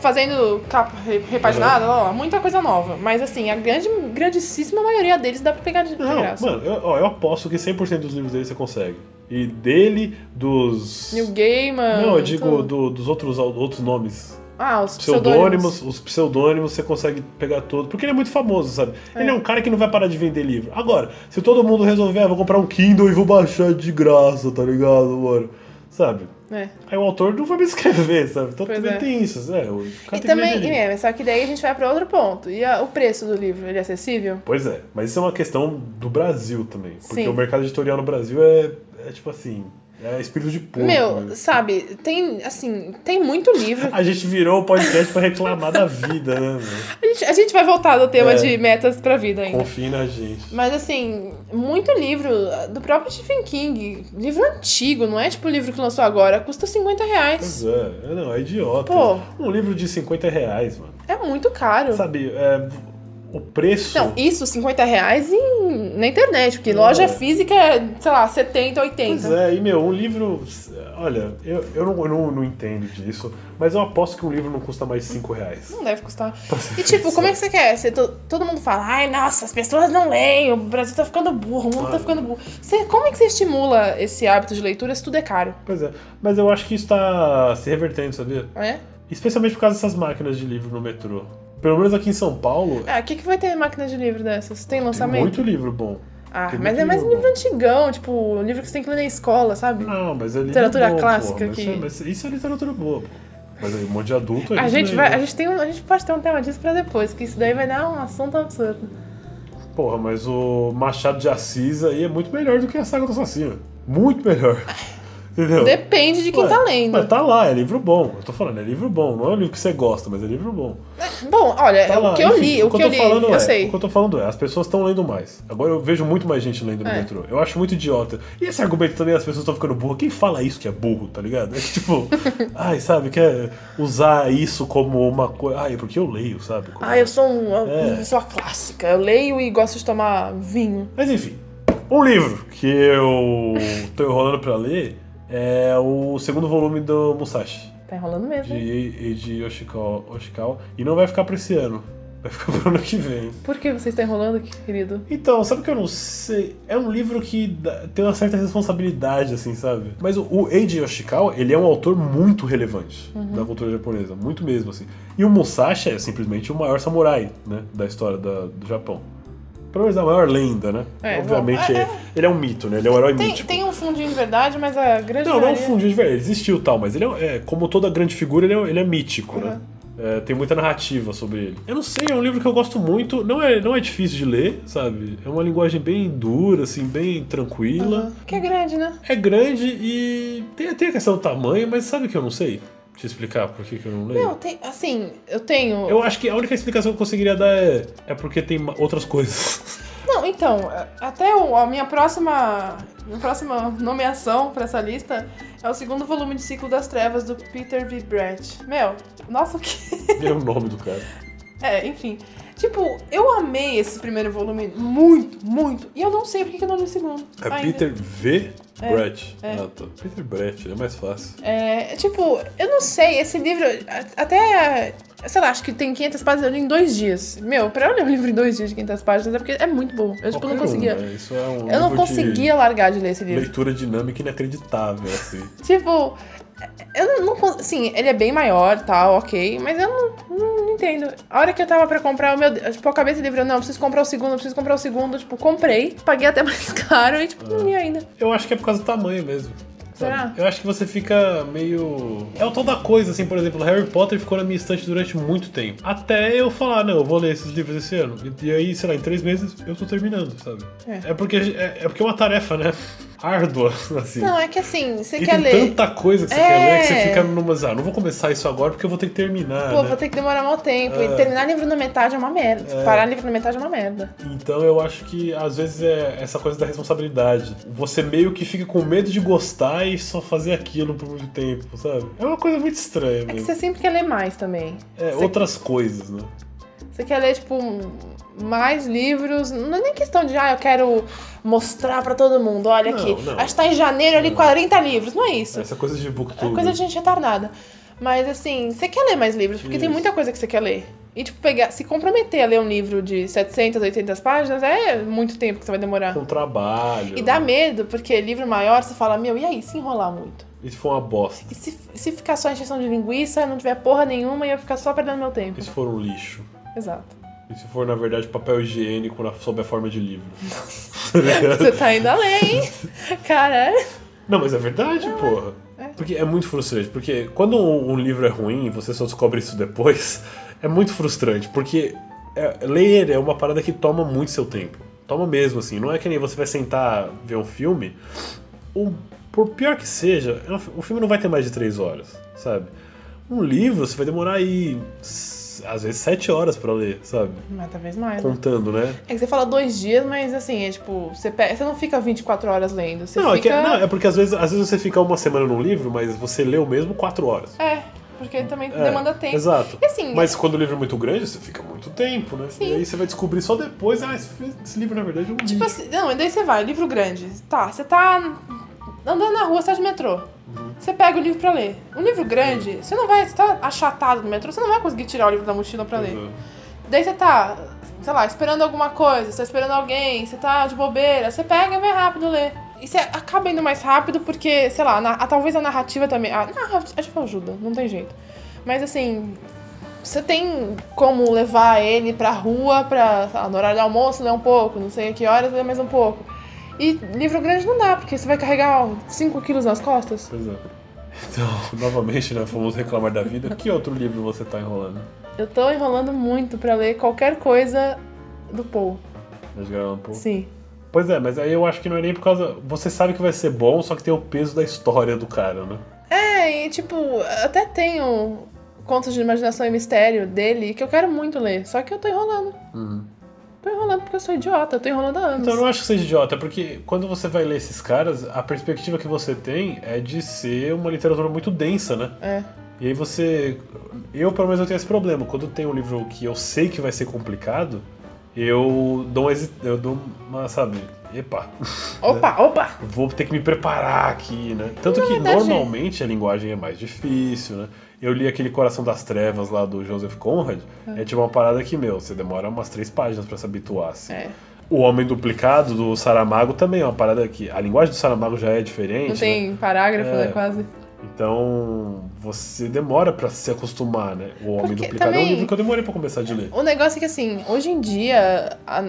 [SPEAKER 2] fazendo capa re- repaginada, lá, lá, muita coisa nova. Mas assim, a grande, grandíssima maioria deles dá pra pegar de de
[SPEAKER 1] Não,
[SPEAKER 2] graça.
[SPEAKER 1] mano, eu, ó, eu aposto que 100% dos livros dele você consegue. E dele, dos.
[SPEAKER 2] New Gaiman.
[SPEAKER 1] Não, eu digo
[SPEAKER 2] tudo.
[SPEAKER 1] do- dos outros, outros nomes.
[SPEAKER 2] Ah, os pseudônimos.
[SPEAKER 1] Pseudônimos, os pseudônimos você consegue pegar todo. Porque ele é muito famoso, sabe? Ele é um cara que não vai parar de vender livro. Agora, se todo mundo resolver, ah, vou comprar um Kindle e vou baixar de graça, tá ligado, mano? Sabe?
[SPEAKER 2] É.
[SPEAKER 1] Aí o autor não vai me escrever, sabe? Então
[SPEAKER 2] Pois
[SPEAKER 1] também
[SPEAKER 2] é.
[SPEAKER 1] tem isso, né? O cara tem
[SPEAKER 2] E
[SPEAKER 1] que
[SPEAKER 2] também,
[SPEAKER 1] vender
[SPEAKER 2] e
[SPEAKER 1] livro.
[SPEAKER 2] é, só que daí a gente vai pra outro ponto. E a- o preço do livro, ele é acessível?
[SPEAKER 1] Pois é, mas isso é uma questão do Brasil também. Porque
[SPEAKER 2] Sim.
[SPEAKER 1] o mercado editorial no Brasil é, é tipo assim, é espírito de porco. né?
[SPEAKER 2] Meu, sabe, tem, assim, tem muito livro.
[SPEAKER 1] A gente virou o podcast pra reclamar da vida, né? mano?
[SPEAKER 2] A gente, a gente vai voltar no tema
[SPEAKER 1] É.
[SPEAKER 2] de metas pra vida ainda.
[SPEAKER 1] Confie na gente.
[SPEAKER 2] Mas assim, muito livro do próprio Stephen King, livro antigo, não é tipo livro que lançou agora, custa 50 reais.
[SPEAKER 1] Pois é, é, não, é idiota.
[SPEAKER 2] Pô.
[SPEAKER 1] Um livro de 50 reais, mano.
[SPEAKER 2] É muito caro.
[SPEAKER 1] Sabe, é, o preço.
[SPEAKER 2] Não, isso 50 reais em, na internet, porque loja
[SPEAKER 1] É.
[SPEAKER 2] física é, sei lá, 70, 80.
[SPEAKER 1] Pois é, e meu, um livro. Olha, eu, eu, não, eu não, não entendo disso, mas eu aposto que um livro não custa mais 5 reais.
[SPEAKER 2] Não deve custar. E tipo, como é que você quer? Você, to- todo mundo fala, ai, nossa, as pessoas não leem, o Brasil tá ficando burro, o mundo tá
[SPEAKER 1] Claro.
[SPEAKER 2] ficando burro. Você, como é que você estimula esse hábito de leitura se tudo é caro?
[SPEAKER 1] Pois é, mas eu acho que isso tá se revertendo, sabia?
[SPEAKER 2] Né?
[SPEAKER 1] Especialmente por causa dessas máquinas de livro no metrô. Pelo menos aqui em São Paulo,
[SPEAKER 2] Ah, o que, que vai ter máquina de livro dessas? Tem
[SPEAKER 1] tem
[SPEAKER 2] lançamento?
[SPEAKER 1] muito livro bom.
[SPEAKER 2] Ah,
[SPEAKER 1] Tem
[SPEAKER 2] mas
[SPEAKER 1] muito
[SPEAKER 2] é mais um
[SPEAKER 1] livro
[SPEAKER 2] livro antigão, tipo, um livro que você tem que ler na escola, sabe?
[SPEAKER 1] Não, mas é livro
[SPEAKER 2] Literatura
[SPEAKER 1] bom,
[SPEAKER 2] clássica
[SPEAKER 1] pô, mas
[SPEAKER 2] que-
[SPEAKER 1] isso é- mas isso é literatura boa, pô. Mas aí, um monte de adulto...
[SPEAKER 2] A gente,
[SPEAKER 1] lê,
[SPEAKER 2] vai,
[SPEAKER 1] né?
[SPEAKER 2] a, gente tem um, a gente pode ter um tema disso pra depois, que isso daí vai dar um assunto absurdo.
[SPEAKER 1] Porra, mas o Machado de Assis aí é muito melhor do que a Saga do Assassino. Muito melhor. Entendeu?
[SPEAKER 2] Depende de quem
[SPEAKER 1] Ué,
[SPEAKER 2] tá lendo.
[SPEAKER 1] Mas tá lá, é livro bom. Eu tô falando, é livro bom. Não é um livro que você gosta, mas é livro bom.
[SPEAKER 2] Bom, olha,
[SPEAKER 1] Tá
[SPEAKER 2] É, o
[SPEAKER 1] lá.
[SPEAKER 2] que eu
[SPEAKER 1] Enfim,
[SPEAKER 2] li, o que eu
[SPEAKER 1] tô
[SPEAKER 2] li,
[SPEAKER 1] falando
[SPEAKER 2] eu
[SPEAKER 1] é,
[SPEAKER 2] sei.
[SPEAKER 1] O que eu tô falando é, as pessoas estão lendo mais. Agora eu vejo muito mais gente lendo no
[SPEAKER 2] É.
[SPEAKER 1] metrô. Eu acho muito idiota. E esse argumento também, as pessoas estão ficando burras. Quem fala isso que é burro, tá ligado? É que tipo, ai, sabe, quer usar isso como uma coisa. Ai, é porque eu leio, sabe? Como-
[SPEAKER 2] Ah, eu sou um- uma
[SPEAKER 1] É.
[SPEAKER 2] pessoa clássica. Eu leio e gosto de tomar vinho.
[SPEAKER 1] Mas enfim, um livro que eu tô enrolando pra ler é o segundo volume do Musashi,
[SPEAKER 2] Tá enrolando mesmo. hein?
[SPEAKER 1] de Eiji Yoshikawa, Yoshikawa. E não vai ficar pra esse ano, vai ficar pro ano que vem.
[SPEAKER 2] Por que você está enrolando, querido?
[SPEAKER 1] Então, sabe o que eu não sei? É um livro que dá- tem uma certa responsabilidade, assim, sabe? Mas o, o Eiji Yoshikawa, ele é um autor muito relevante
[SPEAKER 2] Uhum.
[SPEAKER 1] da cultura japonesa, muito mesmo, assim. E o Musashi é simplesmente o maior samurai, né, da história da- do Japão. Pelo menos a maior lenda, né?
[SPEAKER 2] É,
[SPEAKER 1] Obviamente,
[SPEAKER 2] bom, é,
[SPEAKER 1] é- ele é um mito, né? Ele é um herói
[SPEAKER 2] Tem,
[SPEAKER 1] mítico.
[SPEAKER 2] tem um fundinho de verdade, mas a grande
[SPEAKER 1] Não, não é um
[SPEAKER 2] maioria...
[SPEAKER 1] fundido de verdade, ele existiu e tal, mas ele é, é, como toda grande figura, ele é, ele é mítico, né?
[SPEAKER 2] Uhum.
[SPEAKER 1] É, tem muita narrativa sobre ele. Eu não sei, é um livro que eu gosto muito, não é, não é difícil de ler, sabe? É uma linguagem bem dura, assim, bem tranquila.
[SPEAKER 2] Aham. Que é grande, né?
[SPEAKER 1] É grande e tem, tem a questão do tamanho, mas sabe que eu não sei te explicar por que, que eu não leio?
[SPEAKER 2] Não, tem... Assim, eu tenho...
[SPEAKER 1] É. Eu acho que a única explicação que eu conseguiria dar é, é porque tem ma- outras coisas.
[SPEAKER 2] Não, então, até o- a minha próxima, minha próxima nomeação pra essa lista é o segundo volume de Ciclo das Trevas do Peter V. Brett. Meu, nossa, o que.
[SPEAKER 1] é o nome do cara.
[SPEAKER 2] É, enfim. Tipo, eu amei esse primeiro volume muito, muito. E eu não sei porque que eu não li o segundo.
[SPEAKER 1] É
[SPEAKER 2] ainda.
[SPEAKER 1] Peter V.
[SPEAKER 2] É,
[SPEAKER 1] Brett.
[SPEAKER 2] é.
[SPEAKER 1] Ah, tá. Peter Brett, é mais fácil.
[SPEAKER 2] É, tipo, eu não sei, esse livro, a- até, sei lá, acho que tem 500 páginas, eu li em dois dias. Meu, pra eu ler um livro em dois dias de 500 páginas é porque é muito bom. Eu, tipo, não
[SPEAKER 1] Qualquer um,
[SPEAKER 2] conseguia.
[SPEAKER 1] né? Isso é um
[SPEAKER 2] Eu não
[SPEAKER 1] nível de
[SPEAKER 2] conseguia largar de ler esse livro.
[SPEAKER 1] Leitura dinâmica inacreditável, assim.
[SPEAKER 2] Tipo, eu não, não con- Assim, ele é bem maior tal, ok. Mas eu não, não, não entendo. A hora que eu tava pra comprar, o meu. eu, Tipo, eu acabei esse livro, eu, não, eu preciso comprar o segundo, eu preciso comprar o segundo. Tipo, comprei, paguei até mais caro e, tipo, não li ainda.
[SPEAKER 1] Eu acho que é por causa do tamanho mesmo. sabe?
[SPEAKER 2] Será?
[SPEAKER 1] Eu acho que você fica meio. É o tal da coisa, assim, por exemplo, Harry Potter ficou na minha estante durante muito tempo. Até eu falar, não, eu vou ler esses livros esse ano. E, e aí, sei lá, em três meses eu tô terminando, sabe?
[SPEAKER 2] É.
[SPEAKER 1] porque é, é porque é uma tarefa, né? Árdua, assim.
[SPEAKER 2] Não, é que assim, você
[SPEAKER 1] e
[SPEAKER 2] quer
[SPEAKER 1] tem
[SPEAKER 2] ler.
[SPEAKER 1] tanta coisa que você
[SPEAKER 2] É.
[SPEAKER 1] quer ler que você fica numas, ah, não vou começar isso agora porque eu vou ter que terminar.
[SPEAKER 2] Pô,
[SPEAKER 1] né?
[SPEAKER 2] vou ter que demorar mal tempo.
[SPEAKER 1] É.
[SPEAKER 2] E terminar livro na metade é uma merda.
[SPEAKER 1] É.
[SPEAKER 2] Parar livro na metade é uma merda.
[SPEAKER 1] Então eu acho que às vezes é essa coisa da responsabilidade. Você meio que fica com medo de gostar e só fazer aquilo por muito tempo, sabe? É uma coisa muito estranha
[SPEAKER 2] É que
[SPEAKER 1] mesmo.
[SPEAKER 2] você sempre quer ler mais também.
[SPEAKER 1] É,
[SPEAKER 2] você-
[SPEAKER 1] outras coisas, né?
[SPEAKER 2] Você quer ler, tipo, um- mais livros. Não é nem questão de, ah, eu quero mostrar pra todo mundo, olha
[SPEAKER 1] Não,
[SPEAKER 2] aqui.
[SPEAKER 1] não. Hum.
[SPEAKER 2] Acho que tá em janeiro ali
[SPEAKER 1] Não.
[SPEAKER 2] 40 livros. Não é isso.
[SPEAKER 1] Essa coisa de
[SPEAKER 2] É
[SPEAKER 1] booktube.
[SPEAKER 2] coisa de gente retardada. Mas assim, você quer ler mais livros, porque tem
[SPEAKER 1] Isso.
[SPEAKER 2] muita coisa que você quer ler. E, tipo, pegar, se comprometer a ler um livro de 700, 800 páginas é muito tempo que você vai demorar.
[SPEAKER 1] Com um trabalho.
[SPEAKER 2] E dá medo, porque livro maior, você fala, meu, e aí, se enrolar muito?
[SPEAKER 1] Isso foi uma bosta.
[SPEAKER 2] E se, se ficar só encheção de linguiça, não tiver porra nenhuma, e eu ficar só perdendo meu tempo?
[SPEAKER 1] Isso for um lixo.
[SPEAKER 2] Exato.
[SPEAKER 1] Isso for, na verdade, papel higiênico na- sob a forma de livro.
[SPEAKER 2] Você tá indo além, hein? Cara,
[SPEAKER 1] Não, mas é verdade, porra.
[SPEAKER 2] é.
[SPEAKER 1] Porque é muito frustrante. Porque quando um, um livro é ruim e você só descobre isso depois, é muito frustrante. Porque é- ler é uma parada que toma muito seu tempo. Toma mesmo, assim. Não é que nem você vai sentar ver um filme. O, por pior que seja, é um fi- o filme não vai ter mais de três horas, sabe? Um livro você vai demorar aí, s- às vezes, sete horas pra ler, sabe?
[SPEAKER 2] mas talvez mais. né?
[SPEAKER 1] Contando, né?
[SPEAKER 2] É que você fala dois dias, mas assim, é tipo, você, pe- você não fica 24 horas lendo, você
[SPEAKER 1] Não, é que-
[SPEAKER 2] fica.
[SPEAKER 1] não, é porque às vezes, às vezes você fica uma semana num livro, mas você lê o mesmo quatro horas.
[SPEAKER 2] é... porque também
[SPEAKER 1] É,
[SPEAKER 2] demanda tempo.
[SPEAKER 1] Exato.
[SPEAKER 2] E assim,
[SPEAKER 1] Mas quando o livro é muito grande, você fica muito tempo, né?
[SPEAKER 2] Sim.
[SPEAKER 1] E aí você vai descobrir só depois, ah, esse, esse livro na verdade é um
[SPEAKER 2] tipo
[SPEAKER 1] livro.
[SPEAKER 2] assim, não, e daí você vai, livro grande. Tá, você tá andando na rua, você tá de metrô.
[SPEAKER 1] Uhum.
[SPEAKER 2] Você pega o livro pra ler. Um livro grande, você não vai, você tá achatado no metrô, você não vai conseguir tirar o livro da mochila pra ler. Daí você tá, sei lá, esperando alguma coisa, você tá esperando alguém, você tá de bobeira, você pega e vai rápido ler. E você acaba indo mais rápido porque, sei lá, na- a- talvez a narrativa também. A narrativa acho que ajuda, não tem jeito. Mas assim, você tem como levar ele pra rua, pra, sei lá, no horário do almoço, ler um pouco, não sei a que horas, ler mais um pouco. E livro grande não dá, porque você vai carregar 5 quilos nas costas.
[SPEAKER 1] Pois é. Então, novamente, né? Fomos reclamar da vida. Que outro livro você tá enrolando?
[SPEAKER 2] Eu tô enrolando muito pra ler qualquer coisa do Paul.
[SPEAKER 1] Edgar Allan Poe?
[SPEAKER 2] Sim.
[SPEAKER 1] um Pois é, mas aí eu acho que não é nem por causa. Você sabe que vai ser bom, só que tem o peso da história do cara, né?
[SPEAKER 2] É, e tipo, até tenho contos de imaginação e mistério dele que eu quero muito ler, só que eu tô enrolando.
[SPEAKER 1] Uhum.
[SPEAKER 2] Tô enrolando porque eu sou idiota, eu tô enrolando há anos.
[SPEAKER 1] Então eu não acho que seja idiota, porque quando você vai ler esses caras, a perspectiva que você tem é de ser uma literatura muito densa, né?
[SPEAKER 2] É.
[SPEAKER 1] E aí você. Eu, pelo menos, eu tenho esse problema. Quando tem um livro que eu sei que vai ser complicado, eu dou uma. hesi- Eu dou uma, sabe? Epa, É.
[SPEAKER 2] Opa, opa!
[SPEAKER 1] vou ter que me preparar aqui, né? Tanto que
[SPEAKER 2] verdade,
[SPEAKER 1] normalmente a linguagem é mais difícil, né? Eu li aquele Coração das Trevas lá do Joseph Conrad,
[SPEAKER 2] Ah.
[SPEAKER 1] é, tipo uma parada que, meu, você demora umas três páginas pra se habituar, assim.
[SPEAKER 2] É.
[SPEAKER 1] O Homem Duplicado do Saramago também é uma parada que. A linguagem do Saramago já é diferente.
[SPEAKER 2] Não
[SPEAKER 1] né?
[SPEAKER 2] tem parágrafo,
[SPEAKER 1] É.
[SPEAKER 2] né? Quase.
[SPEAKER 1] Então, você demora pra se acostumar, né? O Homem
[SPEAKER 2] Porque
[SPEAKER 1] Duplicado é um
[SPEAKER 2] também-
[SPEAKER 1] livro que eu demorei pra começar de ler.
[SPEAKER 2] O negócio é que assim, hoje em dia, a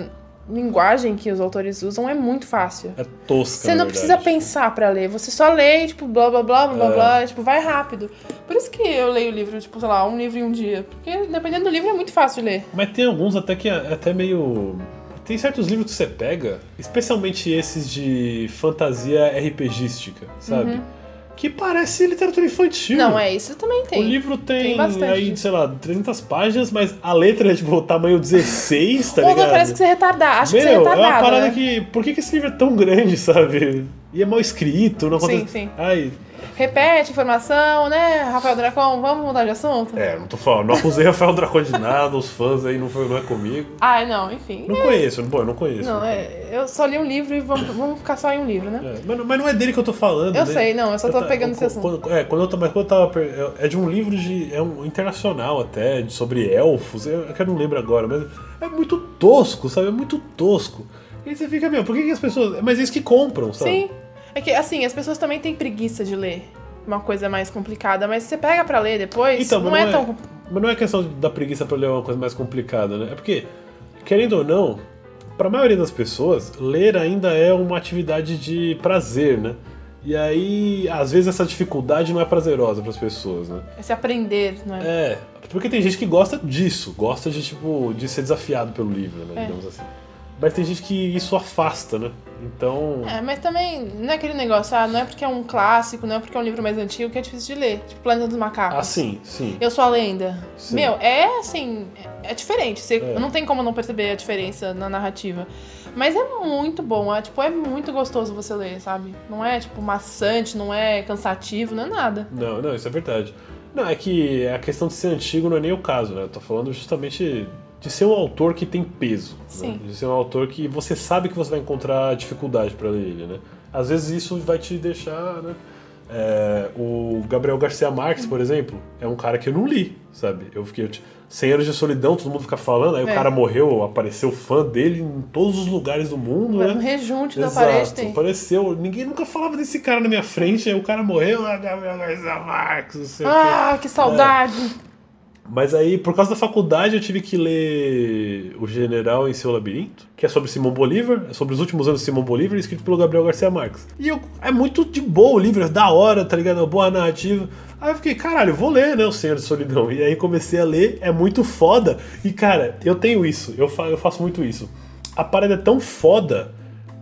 [SPEAKER 2] linguagem que os autores usam é muito fácil.
[SPEAKER 1] É tosca,
[SPEAKER 2] Você
[SPEAKER 1] na
[SPEAKER 2] não
[SPEAKER 1] verdade.
[SPEAKER 2] precisa pensar pra ler, você só lê, e, tipo, blá blá blá blá
[SPEAKER 1] É.
[SPEAKER 2] blá, tipo, vai rápido. Por isso que eu leio o livro, tipo, sei lá, um livro em um dia. Porque dependendo do livro é muito fácil de ler.
[SPEAKER 1] Mas tem alguns até que é até meio. Tem certos livros que você pega, especialmente esses de fantasia RPGística, sabe? Que parece literatura infantil.
[SPEAKER 2] Uhum. Não, é isso também tem.
[SPEAKER 1] O livro tem,
[SPEAKER 2] Tem bastante
[SPEAKER 1] aí,
[SPEAKER 2] disso.
[SPEAKER 1] sei lá, 300 páginas, mas a letra é tipo tamanho 16, tá
[SPEAKER 2] Ou
[SPEAKER 1] ligado?
[SPEAKER 2] parece que você é retardado. Acho que você é
[SPEAKER 1] Meu, é
[SPEAKER 2] retardado.
[SPEAKER 1] uma parada
[SPEAKER 2] né?
[SPEAKER 1] que. Por que, que esse livro é tão grande, sabe? E é mal escrito, não
[SPEAKER 2] Sim,
[SPEAKER 1] acontece.
[SPEAKER 2] sim.
[SPEAKER 1] Ai,
[SPEAKER 2] Repete informação, né, Rafael Dracon? Vamos mudar de assunto?
[SPEAKER 1] é, não tô falando, não acusei Rafael Dracon de nada, os fãs aí não, foi, não é comigo.
[SPEAKER 2] Ai, Ah, não, enfim.
[SPEAKER 1] Não conheço, bom, eu não conheço.
[SPEAKER 2] Não, é, eu só li um livro e vamos, vamos ficar só em um livro, né?
[SPEAKER 1] É, mas, mas não é dele que eu tô falando.
[SPEAKER 2] Eu
[SPEAKER 1] né?
[SPEAKER 2] sei, não, eu só tô
[SPEAKER 1] ta-
[SPEAKER 2] pegando esse
[SPEAKER 1] eu-
[SPEAKER 2] assunto.
[SPEAKER 1] Quando, é, quando eu, tô- mas quando eu tava. per- eu- É de um livro de. É um internacional até, de- sobre elfos. Eu, é que eu não lembro agora, mas é muito tosco, sabe? É muito tosco. E aí você fica, meu, por que, que as pessoas. Mas eles que compram, sabe?
[SPEAKER 2] Sim. É que, assim, as pessoas também têm preguiça de ler uma coisa mais complicada, mas você pega pra ler depois,
[SPEAKER 1] Então, mas
[SPEAKER 2] não, é, tão.
[SPEAKER 1] Mas não é questão da preguiça pra ler uma coisa mais complicada, né? É porque, querendo ou não, pra maioria das pessoas, ler ainda é uma atividade de prazer, né? E aí, às vezes, essa dificuldade não é prazerosa pras pessoas, né?
[SPEAKER 2] É se aprender, não é?
[SPEAKER 1] É, porque tem gente que gosta disso, gosta de, tipo, de ser desafiado pelo livro, né?
[SPEAKER 2] É.
[SPEAKER 1] Digamos assim. Mas tem gente que isso afasta, né? Então.
[SPEAKER 2] É, mas também não é aquele negócio, ah, não é porque é um clássico, não é porque é um livro mais antigo que é difícil de ler. Tipo, Planeta dos Macacos.
[SPEAKER 1] Ah, sim, sim.
[SPEAKER 2] Eu sou a lenda.
[SPEAKER 1] Sim.
[SPEAKER 2] Meu, é assim, é é diferente. Você
[SPEAKER 1] É.
[SPEAKER 2] não tem como não perceber a diferença na narrativa. Mas é muito bom, é, tipo, é muito gostoso você ler, sabe? Não é tipo maçante, não é cansativo, não é nada.
[SPEAKER 1] Não, não, isso é verdade. Não, é que a questão de ser antigo não é nem o caso, né? Eu tô falando justamente de ser um autor que tem peso. né?
[SPEAKER 2] Sim.
[SPEAKER 1] De ser um autor que você sabe que você vai encontrar dificuldade pra ler ele, né? Às vezes isso vai te deixar, né? É, o Gabriel Garcia Marques, por exemplo, é um cara que eu não li, sabe? Eu fiquei. Eu, t- 100 anos de solidão, todo mundo fica falando, aí o
[SPEAKER 2] É.
[SPEAKER 1] cara morreu, apareceu fã dele em todos os lugares do mundo,
[SPEAKER 2] Um
[SPEAKER 1] né?
[SPEAKER 2] rejunte da parede
[SPEAKER 1] Exato,
[SPEAKER 2] tem.
[SPEAKER 1] apareceu. Ninguém nunca falava desse cara na minha frente, aí o cara morreu, ah, Gabriel Garcia Marques, não sei o quê.
[SPEAKER 2] Ah, que saudade!
[SPEAKER 1] Mas aí, por causa da faculdade, eu tive que ler O General em Seu Labirinto, que é sobre Simão Bolívar, é sobre os últimos anos de Simão Bolívar, escrito pelo Gabriel Garcia Marques. E eu- é muito de boa o livro, é da hora, tá ligado? É uma boa narrativa. Aí eu fiquei, caralho, vou ler, né, O Senhor de Solidão. E aí comecei a ler, é muito foda. E, cara, eu tenho isso, eu, fa- eu faço muito isso. A parada é tão foda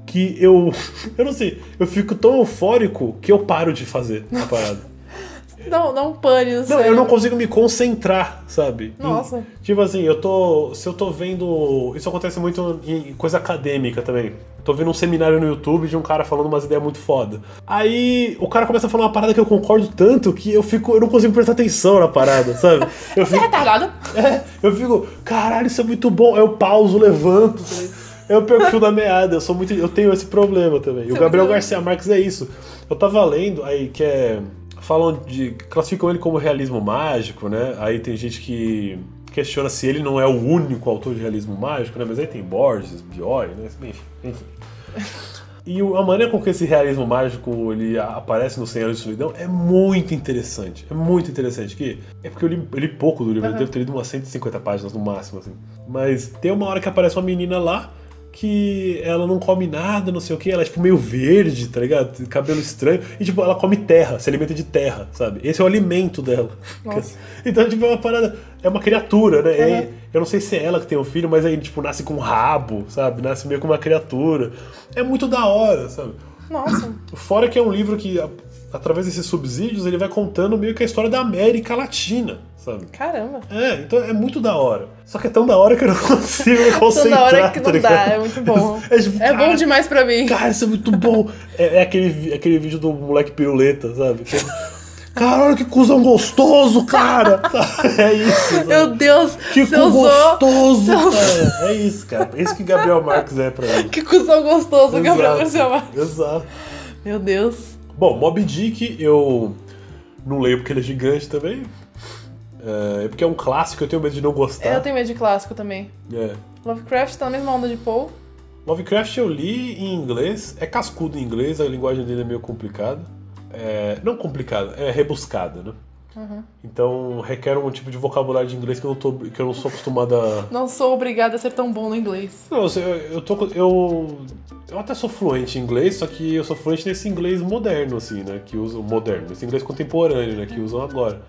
[SPEAKER 1] que eu. Eu não sei, eu fico tão eufórico que eu paro de fazer a parada.
[SPEAKER 2] Dá, um- dá um pane,
[SPEAKER 1] É. Não, eu não consigo me concentrar, sabe? Em-
[SPEAKER 2] Nossa.
[SPEAKER 1] Tipo assim, eu tô. Se eu tô vendo. Isso acontece muito em coisa acadêmica também. Tô vendo um seminário no YouTube de um cara falando umas ideias muito foda. Aí o cara começa a falar uma parada que eu concordo tanto que eu fico. Eu não consigo prestar atenção na parada, sabe? Eu
[SPEAKER 2] Você é
[SPEAKER 1] fico.
[SPEAKER 2] retardado?
[SPEAKER 1] É, eu fico, caralho, isso é muito bom. Eu pauso, levanto. tá ligado? Eu perco o fio da meada, eu sou muito. Eu tenho esse problema também. E o
[SPEAKER 2] Você
[SPEAKER 1] Gabriel
[SPEAKER 2] usa-
[SPEAKER 1] Garcia Marques é isso. Eu tava lendo aí que é. Falam de. classificam ele como realismo mágico, né? Aí tem gente que questiona se ele não é o único autor de realismo mágico, né? Mas aí tem Borges, Bioy, né? Enfim. enfim. E o- a maneira com que esse realismo mágico ele a- aparece no Senhor de Solidão é muito interessante. É muito interessante. Que é porque eu li, eu li pouco do livro, eu
[SPEAKER 2] Aham.
[SPEAKER 1] devo ter lido umas 150 páginas no máximo, assim. Mas tem uma hora que aparece uma menina lá que ela não come nada, não sei o que, ela é tipo meio verde, tá ligado? Cabelo estranho. E tipo, ela come terra, se alimenta de terra, sabe? Esse é o alimento dela.
[SPEAKER 2] Nossa.
[SPEAKER 1] Então, tipo, é uma parada. É uma criatura, né? É-
[SPEAKER 2] Uhum.
[SPEAKER 1] eu não sei se é ela que tem o filho, mas aí, tipo, nasce com um rabo, sabe? Nasce meio com uma criatura. É muito da hora, sabe?
[SPEAKER 2] Nossa.
[SPEAKER 1] Fora que é um livro que, a- através desses subsídios, ele vai contando meio que a história da América Latina, sabe?
[SPEAKER 2] Caramba.
[SPEAKER 1] É, então é muito da hora. Só que é tão da hora que eu não consigo me
[SPEAKER 2] Toda
[SPEAKER 1] concentrar.
[SPEAKER 2] hora que não
[SPEAKER 1] tá
[SPEAKER 2] dá,
[SPEAKER 1] ligado?
[SPEAKER 2] é muito bom.
[SPEAKER 1] É, tipo,
[SPEAKER 2] É bom
[SPEAKER 1] cara,
[SPEAKER 2] demais pra mim.
[SPEAKER 1] Cara, isso é muito bom. É, é aquele, vi- aquele vídeo do moleque piruleta, sabe? Que- Cara, olha que cuzão gostoso, cara! Sabe? É isso. sabe?
[SPEAKER 2] Meu Deus,
[SPEAKER 1] Que
[SPEAKER 2] você
[SPEAKER 1] cu
[SPEAKER 2] usou.
[SPEAKER 1] gostoso,
[SPEAKER 2] seu-
[SPEAKER 1] cara! É isso, cara. É isso que Gabriel Marques é pra mim.
[SPEAKER 2] Que cuzão gostoso, Gabriel
[SPEAKER 1] Exato,
[SPEAKER 2] Garcia Marques.
[SPEAKER 1] Exato.
[SPEAKER 2] Meu Deus.
[SPEAKER 1] Bom, Mob Dick eu não leio porque ele é gigante também. É é porque é um clássico, eu tenho medo de não
[SPEAKER 2] Eu
[SPEAKER 1] gostar.
[SPEAKER 2] tenho medo de clássico também.
[SPEAKER 1] É.
[SPEAKER 2] Lovecraft tá na mesma onda de Poe.
[SPEAKER 1] Lovecraft eu li em inglês, é cascudo em inglês, a linguagem dele é meio complicada. É, não complicada, é rebuscada, né?
[SPEAKER 2] Uhum.
[SPEAKER 1] Então requer um tipo de vocabulário de inglês que eu não, tô, que eu não sou acostumado a.
[SPEAKER 2] Não sou obrigada a ser tão bom no inglês.
[SPEAKER 1] Não, eu, sei, eu, eu tô. com- Eu, eu até sou fluente em inglês, só que eu sou fluente nesse inglês moderno, assim, né? Que usa. Moderno, esse inglês contemporâneo, né? Que usam agora.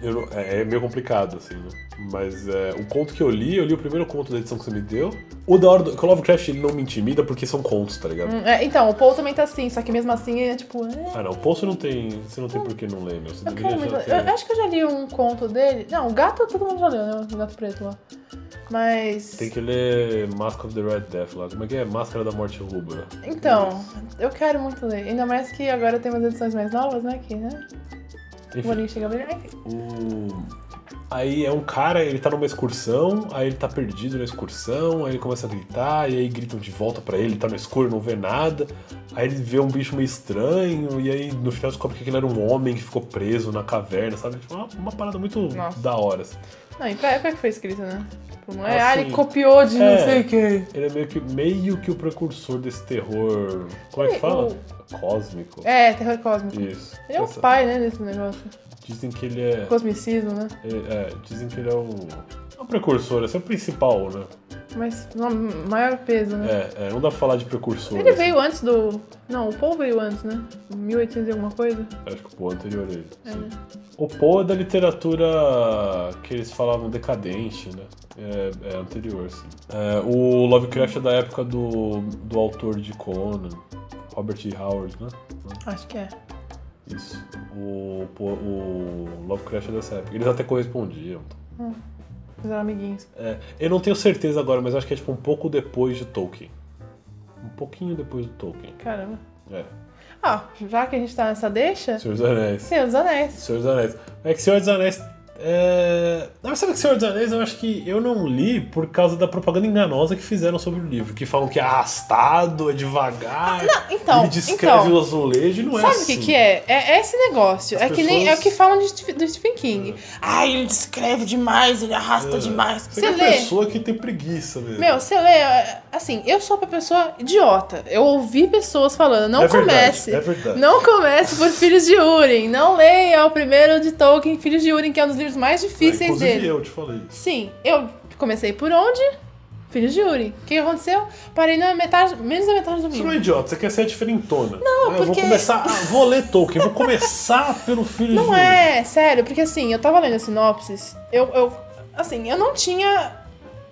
[SPEAKER 1] Eu não- é, é meio complicado, assim, né? Mas é, o conto que eu li, eu li o primeiro conto da edição que você me deu. O da hora do. Que o Lovecraft ele não me intimida porque são contos, tá ligado?
[SPEAKER 2] Hum, é, então, o Poe também tá assim, só que mesmo assim é tipo. é,
[SPEAKER 1] Ah, não. O Poço não tem. Você não tem por que não ler, meu. Você
[SPEAKER 2] Eu
[SPEAKER 1] deveria é.
[SPEAKER 2] quero muito.
[SPEAKER 1] já
[SPEAKER 2] Eu,
[SPEAKER 1] ter.
[SPEAKER 2] eu acho que eu já li um conto dele. Não, o gato todo mundo já leu, né? O gato preto lá. Mas.
[SPEAKER 1] Tem que ler Mask of the Red Death lá. Como é que é? Máscara da Morte Rubra.
[SPEAKER 2] Então, eu quero muito ler. Ainda mais que agora tem umas edições mais novas, né? Aqui, né? O
[SPEAKER 1] Enfim.
[SPEAKER 2] olhinho chega a brilhar. Enfim.
[SPEAKER 1] O- Hum, Aí é um cara, ele tá numa excursão, aí ele tá perdido na excursão, aí ele começa a gritar, e aí gritam de volta pra ele, tá no escuro, não vê nada. Aí ele vê um bicho meio estranho, e aí no final descobre que aquele era um homem que ficou preso na caverna, sabe? Tipo, uma, uma parada muito
[SPEAKER 2] Nossa.
[SPEAKER 1] da hora. assim.
[SPEAKER 2] Não, e pra época que foi escrito, né? Tipo, não é.
[SPEAKER 1] Assim,
[SPEAKER 2] ah, ele copiou de
[SPEAKER 1] é.
[SPEAKER 2] não sei o quê.
[SPEAKER 1] Ele é meio que, meio que o precursor desse terror. Como é que
[SPEAKER 2] Ele-
[SPEAKER 1] fala? Cósmico.
[SPEAKER 2] É, terror cósmico.
[SPEAKER 1] Isso.
[SPEAKER 2] Ele é o
[SPEAKER 1] Essa-
[SPEAKER 2] pai, né, desse negócio.
[SPEAKER 1] Dizem que ele é.
[SPEAKER 2] Cosmicismo, né?
[SPEAKER 1] é- é, dizem que ele é o. É o precursor, esse é o principal, né?
[SPEAKER 2] Mas no maior peso, né?
[SPEAKER 1] É, é, não dá pra falar de precursor.
[SPEAKER 2] Ele
[SPEAKER 1] assim.
[SPEAKER 2] veio antes do. Não, o Paul veio antes, né? 1800 e alguma coisa.
[SPEAKER 1] Acho que o Poe é anterior a ele.
[SPEAKER 2] É,
[SPEAKER 1] sim.
[SPEAKER 2] né?
[SPEAKER 1] O Poe é da literatura que eles falavam decadente, né? É, é anterior, sim. É, o Lovecraft é da época do, do autor de Conan, Robert E. Howard, né?
[SPEAKER 2] Acho que é.
[SPEAKER 1] Isso. O, Poe- o Lovecraft é dessa época. Eles até correspondiam. tá?
[SPEAKER 2] Fizeram amiguinhos.
[SPEAKER 1] É, eu não tenho certeza agora, mas acho que é tipo um pouco depois de Tolkien. Um pouquinho depois de Tolkien.
[SPEAKER 2] Caramba.
[SPEAKER 1] É.
[SPEAKER 2] Ah, já que a gente tá nessa deixa,
[SPEAKER 1] Senhor dos Anéis.
[SPEAKER 2] Senhor dos Anéis.
[SPEAKER 1] Senhor dos Anéis. É que Senhor dos Anéis É... Mas sabe que Senhor dos Anéis eu acho que eu não li por causa da propaganda enganosa que fizeram sobre o livro, que falam que é arrastado, é devagar,
[SPEAKER 2] Não, então,
[SPEAKER 1] ele descreve
[SPEAKER 2] então.
[SPEAKER 1] o azulejo e não é
[SPEAKER 2] Sabe o
[SPEAKER 1] assim.
[SPEAKER 2] que, que é? é? é esse negócio.
[SPEAKER 1] As
[SPEAKER 2] é que nem é
[SPEAKER 1] pessoas-
[SPEAKER 2] o que falam de Stephen- do Stephen King. Ah, ele descreve demais, ele arrasta
[SPEAKER 1] É.
[SPEAKER 2] demais.
[SPEAKER 1] Você
[SPEAKER 2] Você
[SPEAKER 1] é uma
[SPEAKER 2] lê.
[SPEAKER 1] pessoa que tem preguiça mesmo.
[SPEAKER 2] Meu, você lê. é, Assim, eu sou uma pessoa idiota. Eu ouvi pessoas falando, não
[SPEAKER 1] é
[SPEAKER 2] comece.
[SPEAKER 1] Verdade, é verdade.
[SPEAKER 2] Não comece por Filhos de Urim. Não leia o primeiro de Tolkien, Filhos de Urim, que é um dos livros mais
[SPEAKER 1] é,
[SPEAKER 2] difíceis
[SPEAKER 1] inclusive
[SPEAKER 2] dele.
[SPEAKER 1] eu te falei.
[SPEAKER 2] Sim, eu comecei por onde? Filhos de Urim. O que aconteceu? Parei na metade, menos da metade do
[SPEAKER 1] Você não
[SPEAKER 2] livro.
[SPEAKER 1] é idiota, você quer ser diferentona. Não, Eu vou
[SPEAKER 2] porque-
[SPEAKER 1] começar... ah, vou ler Tolkien, vou começar pelo Filho de
[SPEAKER 2] Não
[SPEAKER 1] Urim.
[SPEAKER 2] é, sério, porque assim, eu tava lendo a sinopses, eu, eu assim, eu não tinha.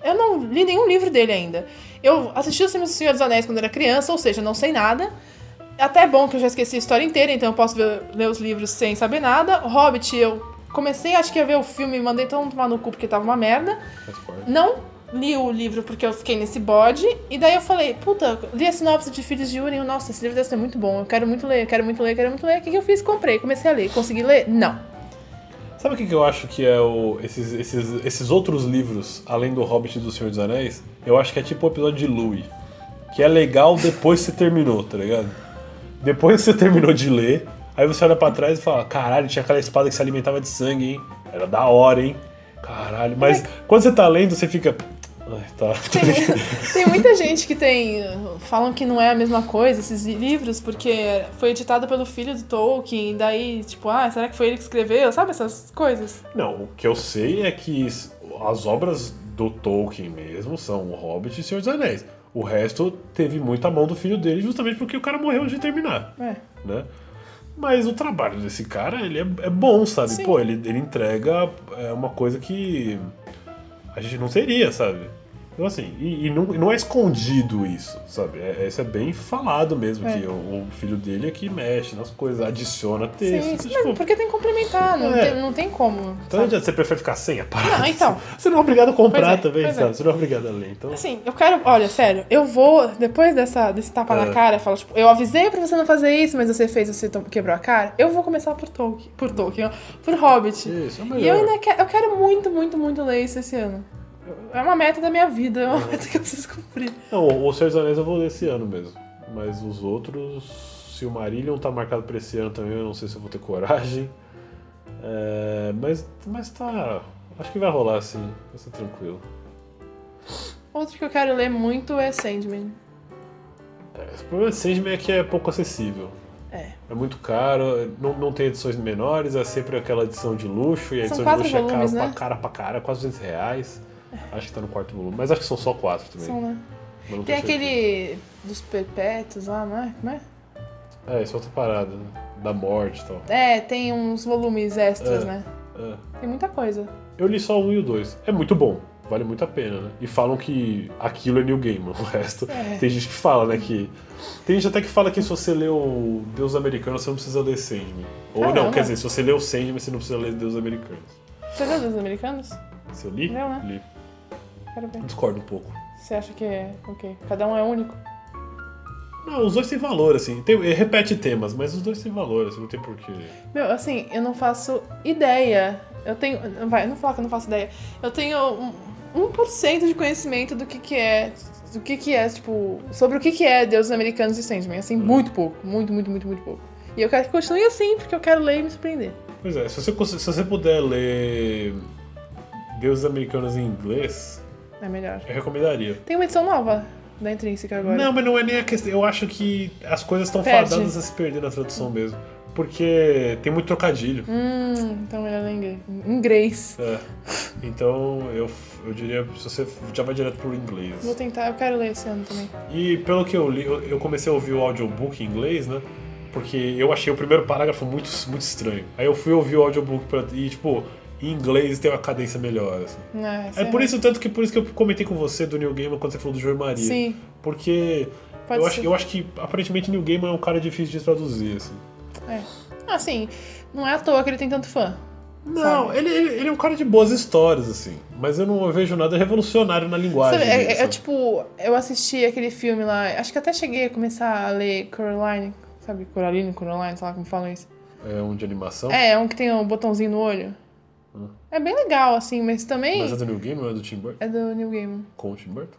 [SPEAKER 2] Eu não li nenhum livro dele ainda. Eu assisti os filmes do Senhor dos Anéis quando era criança, ou seja, não sei nada. Até é bom que eu já esqueci a história inteira, então eu posso ver- ler os livros sem saber nada. Hobbit, eu comecei, acho que a ver o filme, mandei todo mundo tomar no cu porque tava uma merda.
[SPEAKER 1] Faz parte.
[SPEAKER 2] não li o livro porque eu fiquei nesse bode. E daí eu falei, puta, li a sinopse de Filhos de Urim. Nossa, esse livro deve ser muito bom. Eu quero muito ler, eu quero muito ler, eu quero muito ler. O que, que eu fiz? Comprei, comecei a ler. Consegui ler? Não.
[SPEAKER 1] Sabe o que, que eu acho que é o, esses, esses, esses outros livros, além do Hobbit e do Senhor dos Anéis? Eu acho que é tipo o episódio de Louie. Que é legal depois que você terminou, tá ligado? Depois que você terminou de ler, aí você olha pra trás e fala: caralho, tinha aquela espada que se alimentava de sangue, hein? Era da hora, hein? Caralho. Mas quando você tá lendo, você fica. Ai, tá.
[SPEAKER 2] Tem, tem muita gente que tem. Falam que não é a mesma coisa esses livros, porque foi editado pelo filho do Tolkien. Daí, tipo, ah, será que foi ele que escreveu? Sabe essas coisas?
[SPEAKER 1] Não, o que eu sei é que s- as obras do Tolkien mesmo são O Hobbit e O Senhor dos Anéis. O resto teve muita mão do filho dele, justamente porque o cara morreu antes de terminar,
[SPEAKER 2] É.
[SPEAKER 1] né? Mas o trabalho desse cara, ele é, é bom, sabe?
[SPEAKER 2] Sim.
[SPEAKER 1] Pô, ele, ele entrega é, uma coisa que a gente não teria, sabe? Então, assim, e, e não, e não é escondido isso, sabe? É, é- isso é bem falado mesmo,
[SPEAKER 2] É.
[SPEAKER 1] que o, o filho dele é que mexe nas coisas, adiciona texto.
[SPEAKER 2] Sim,
[SPEAKER 1] tipo,
[SPEAKER 2] mas porque tem que complementar, não,
[SPEAKER 1] É.
[SPEAKER 2] tem, não tem como.
[SPEAKER 1] então não
[SPEAKER 2] sabe?
[SPEAKER 1] adianta, você prefere ficar sem a parada.
[SPEAKER 2] Não, então.
[SPEAKER 1] Você não é obrigado a comprar
[SPEAKER 2] Pois é,
[SPEAKER 1] também,
[SPEAKER 2] pois é.
[SPEAKER 1] sabe? Você não é obrigado a ler. Então,
[SPEAKER 2] Assim, eu quero. Olha, sério, eu vou. Depois dessa, desse tapa
[SPEAKER 1] É.
[SPEAKER 2] na cara, eu falo, tipo, eu avisei pra você não fazer isso, mas você fez, você to- quebrou a cara. Eu vou começar por Tolkien. Por Tolkien, ó, por Hobbit.
[SPEAKER 1] isso é o
[SPEAKER 2] E eu
[SPEAKER 1] melhor.
[SPEAKER 2] ainda quero. Eu quero muito, muito, muito ler isso esse ano. É uma meta da minha vida, é uma meta que eu preciso cumprir.
[SPEAKER 1] Não, o o Senhor dos Anéis eu vou ler esse ano mesmo. Mas os outros. Se o Marillion tá marcado pra esse ano também, eu não sei se eu vou ter coragem. É, mas, mas tá. Acho que vai rolar sim. Vai ser tranquilo.
[SPEAKER 2] Outro que eu quero ler muito é Sandman.
[SPEAKER 1] É, o problema de Sandman é que é pouco acessível.
[SPEAKER 2] É.
[SPEAKER 1] É muito caro, não, não tem edições menores, é sempre aquela edição de luxo, e a
[SPEAKER 2] São
[SPEAKER 1] edição de
[SPEAKER 2] quatro
[SPEAKER 1] luxo é
[SPEAKER 2] volumes,
[SPEAKER 1] caro
[SPEAKER 2] né? É.
[SPEAKER 1] pra cara pra cara, quase 200 reais. Acho que tá no quarto volume, mas acho que são só quatro também.
[SPEAKER 2] São, né?
[SPEAKER 1] mas não
[SPEAKER 2] Tem
[SPEAKER 1] tenho certeza.
[SPEAKER 2] aquele. Dos perpétuos lá, não é? Como é?
[SPEAKER 1] É, isso é outra parada, né? Da morte e tal.
[SPEAKER 2] É, tem uns volumes extras,
[SPEAKER 1] É.
[SPEAKER 2] né?
[SPEAKER 1] É.
[SPEAKER 2] Tem muita coisa.
[SPEAKER 1] Eu li só o um e o dois. É muito bom, vale muito a pena, né? E falam que aquilo é New Game, o resto.
[SPEAKER 2] É.
[SPEAKER 1] Tem gente que fala, né? Que. Tem gente até que fala que se você lê o Deus Americano, você não precisa ler Sandman. Ou não,
[SPEAKER 2] Caramba.
[SPEAKER 1] quer dizer, se você lê o Sandman, você não precisa ler Deus Americanos.
[SPEAKER 2] Você leu dos americanos?
[SPEAKER 1] Se eu li?
[SPEAKER 2] Leu, né?
[SPEAKER 1] Li.
[SPEAKER 2] Quero ver.
[SPEAKER 1] Discordo um pouco.
[SPEAKER 2] Você acha que é o quê? Cada um é único?
[SPEAKER 1] Não, os dois têm valor, assim. Tem- repete temas, mas os dois têm valor, assim, não tem porquê.
[SPEAKER 2] Meu, assim, eu não faço ideia. Eu tenho. Vai, não fala que eu não faço ideia. Eu tenho um, 1% de conhecimento do que, que é. Do que, que é, tipo. Sobre o que, que é Deuses Americanos e Sandman. Assim,
[SPEAKER 1] Hum.
[SPEAKER 2] muito pouco. Muito, muito, muito, muito pouco. E eu quero que continue assim, porque eu quero ler e me surpreender.
[SPEAKER 1] Pois é, se você, cons- se você puder ler Deuses Americanos em inglês,
[SPEAKER 2] É melhor.
[SPEAKER 1] eu recomendaria.
[SPEAKER 2] Tem uma edição nova da Intrínseca agora.
[SPEAKER 1] Não, mas não é nem a questão. Eu acho que as coisas estão
[SPEAKER 2] Perde.
[SPEAKER 1] fadadas a se perder na tradução mesmo. Porque tem muito trocadilho.
[SPEAKER 2] Hum, então melhor ler em inglês. Em inglês.
[SPEAKER 1] É. Então eu, eu diria, se você já vai direto pro inglês.
[SPEAKER 2] Vou tentar, eu quero ler esse ano também.
[SPEAKER 1] E pelo que eu li, eu, eu comecei a ouvir o audiobook em inglês, né? Porque eu achei o primeiro parágrafo muito, muito estranho. Aí eu fui ouvir o audiobook pra, e, tipo, em inglês tem uma cadência melhor. assim.
[SPEAKER 2] Ah,
[SPEAKER 1] É
[SPEAKER 2] esse
[SPEAKER 1] por isso, tanto que por isso que eu comentei com você do New Gaiman quando você falou do João Maria.
[SPEAKER 2] Sim,
[SPEAKER 1] Porque
[SPEAKER 2] pode
[SPEAKER 1] eu
[SPEAKER 2] ser.
[SPEAKER 1] acho, eu acho que aparentemente New Gaiman é um cara difícil de traduzir, assim.
[SPEAKER 2] Ah, Assim, não é à toa que ele tem tanto fã.
[SPEAKER 1] Não, ele, ele, ele é um cara de boas histórias, assim. Mas eu não vejo nada revolucionário na linguagem.
[SPEAKER 2] Sabe, é,
[SPEAKER 1] dele,
[SPEAKER 2] é- é
[SPEAKER 1] sabe?
[SPEAKER 2] tipo, eu assisti aquele filme lá, acho que até cheguei a começar a ler Coraline, sabe? Coraline, Coraline, sei lá como falam isso.
[SPEAKER 1] É um de animação?
[SPEAKER 2] É, é um que tem um botãozinho no olho. É bem legal, assim, mas também.
[SPEAKER 3] Hum. Mas é do Neil Gaiman ou é do Tim Burton?
[SPEAKER 2] É do Neil Gaiman.
[SPEAKER 3] Com o Tim Burton?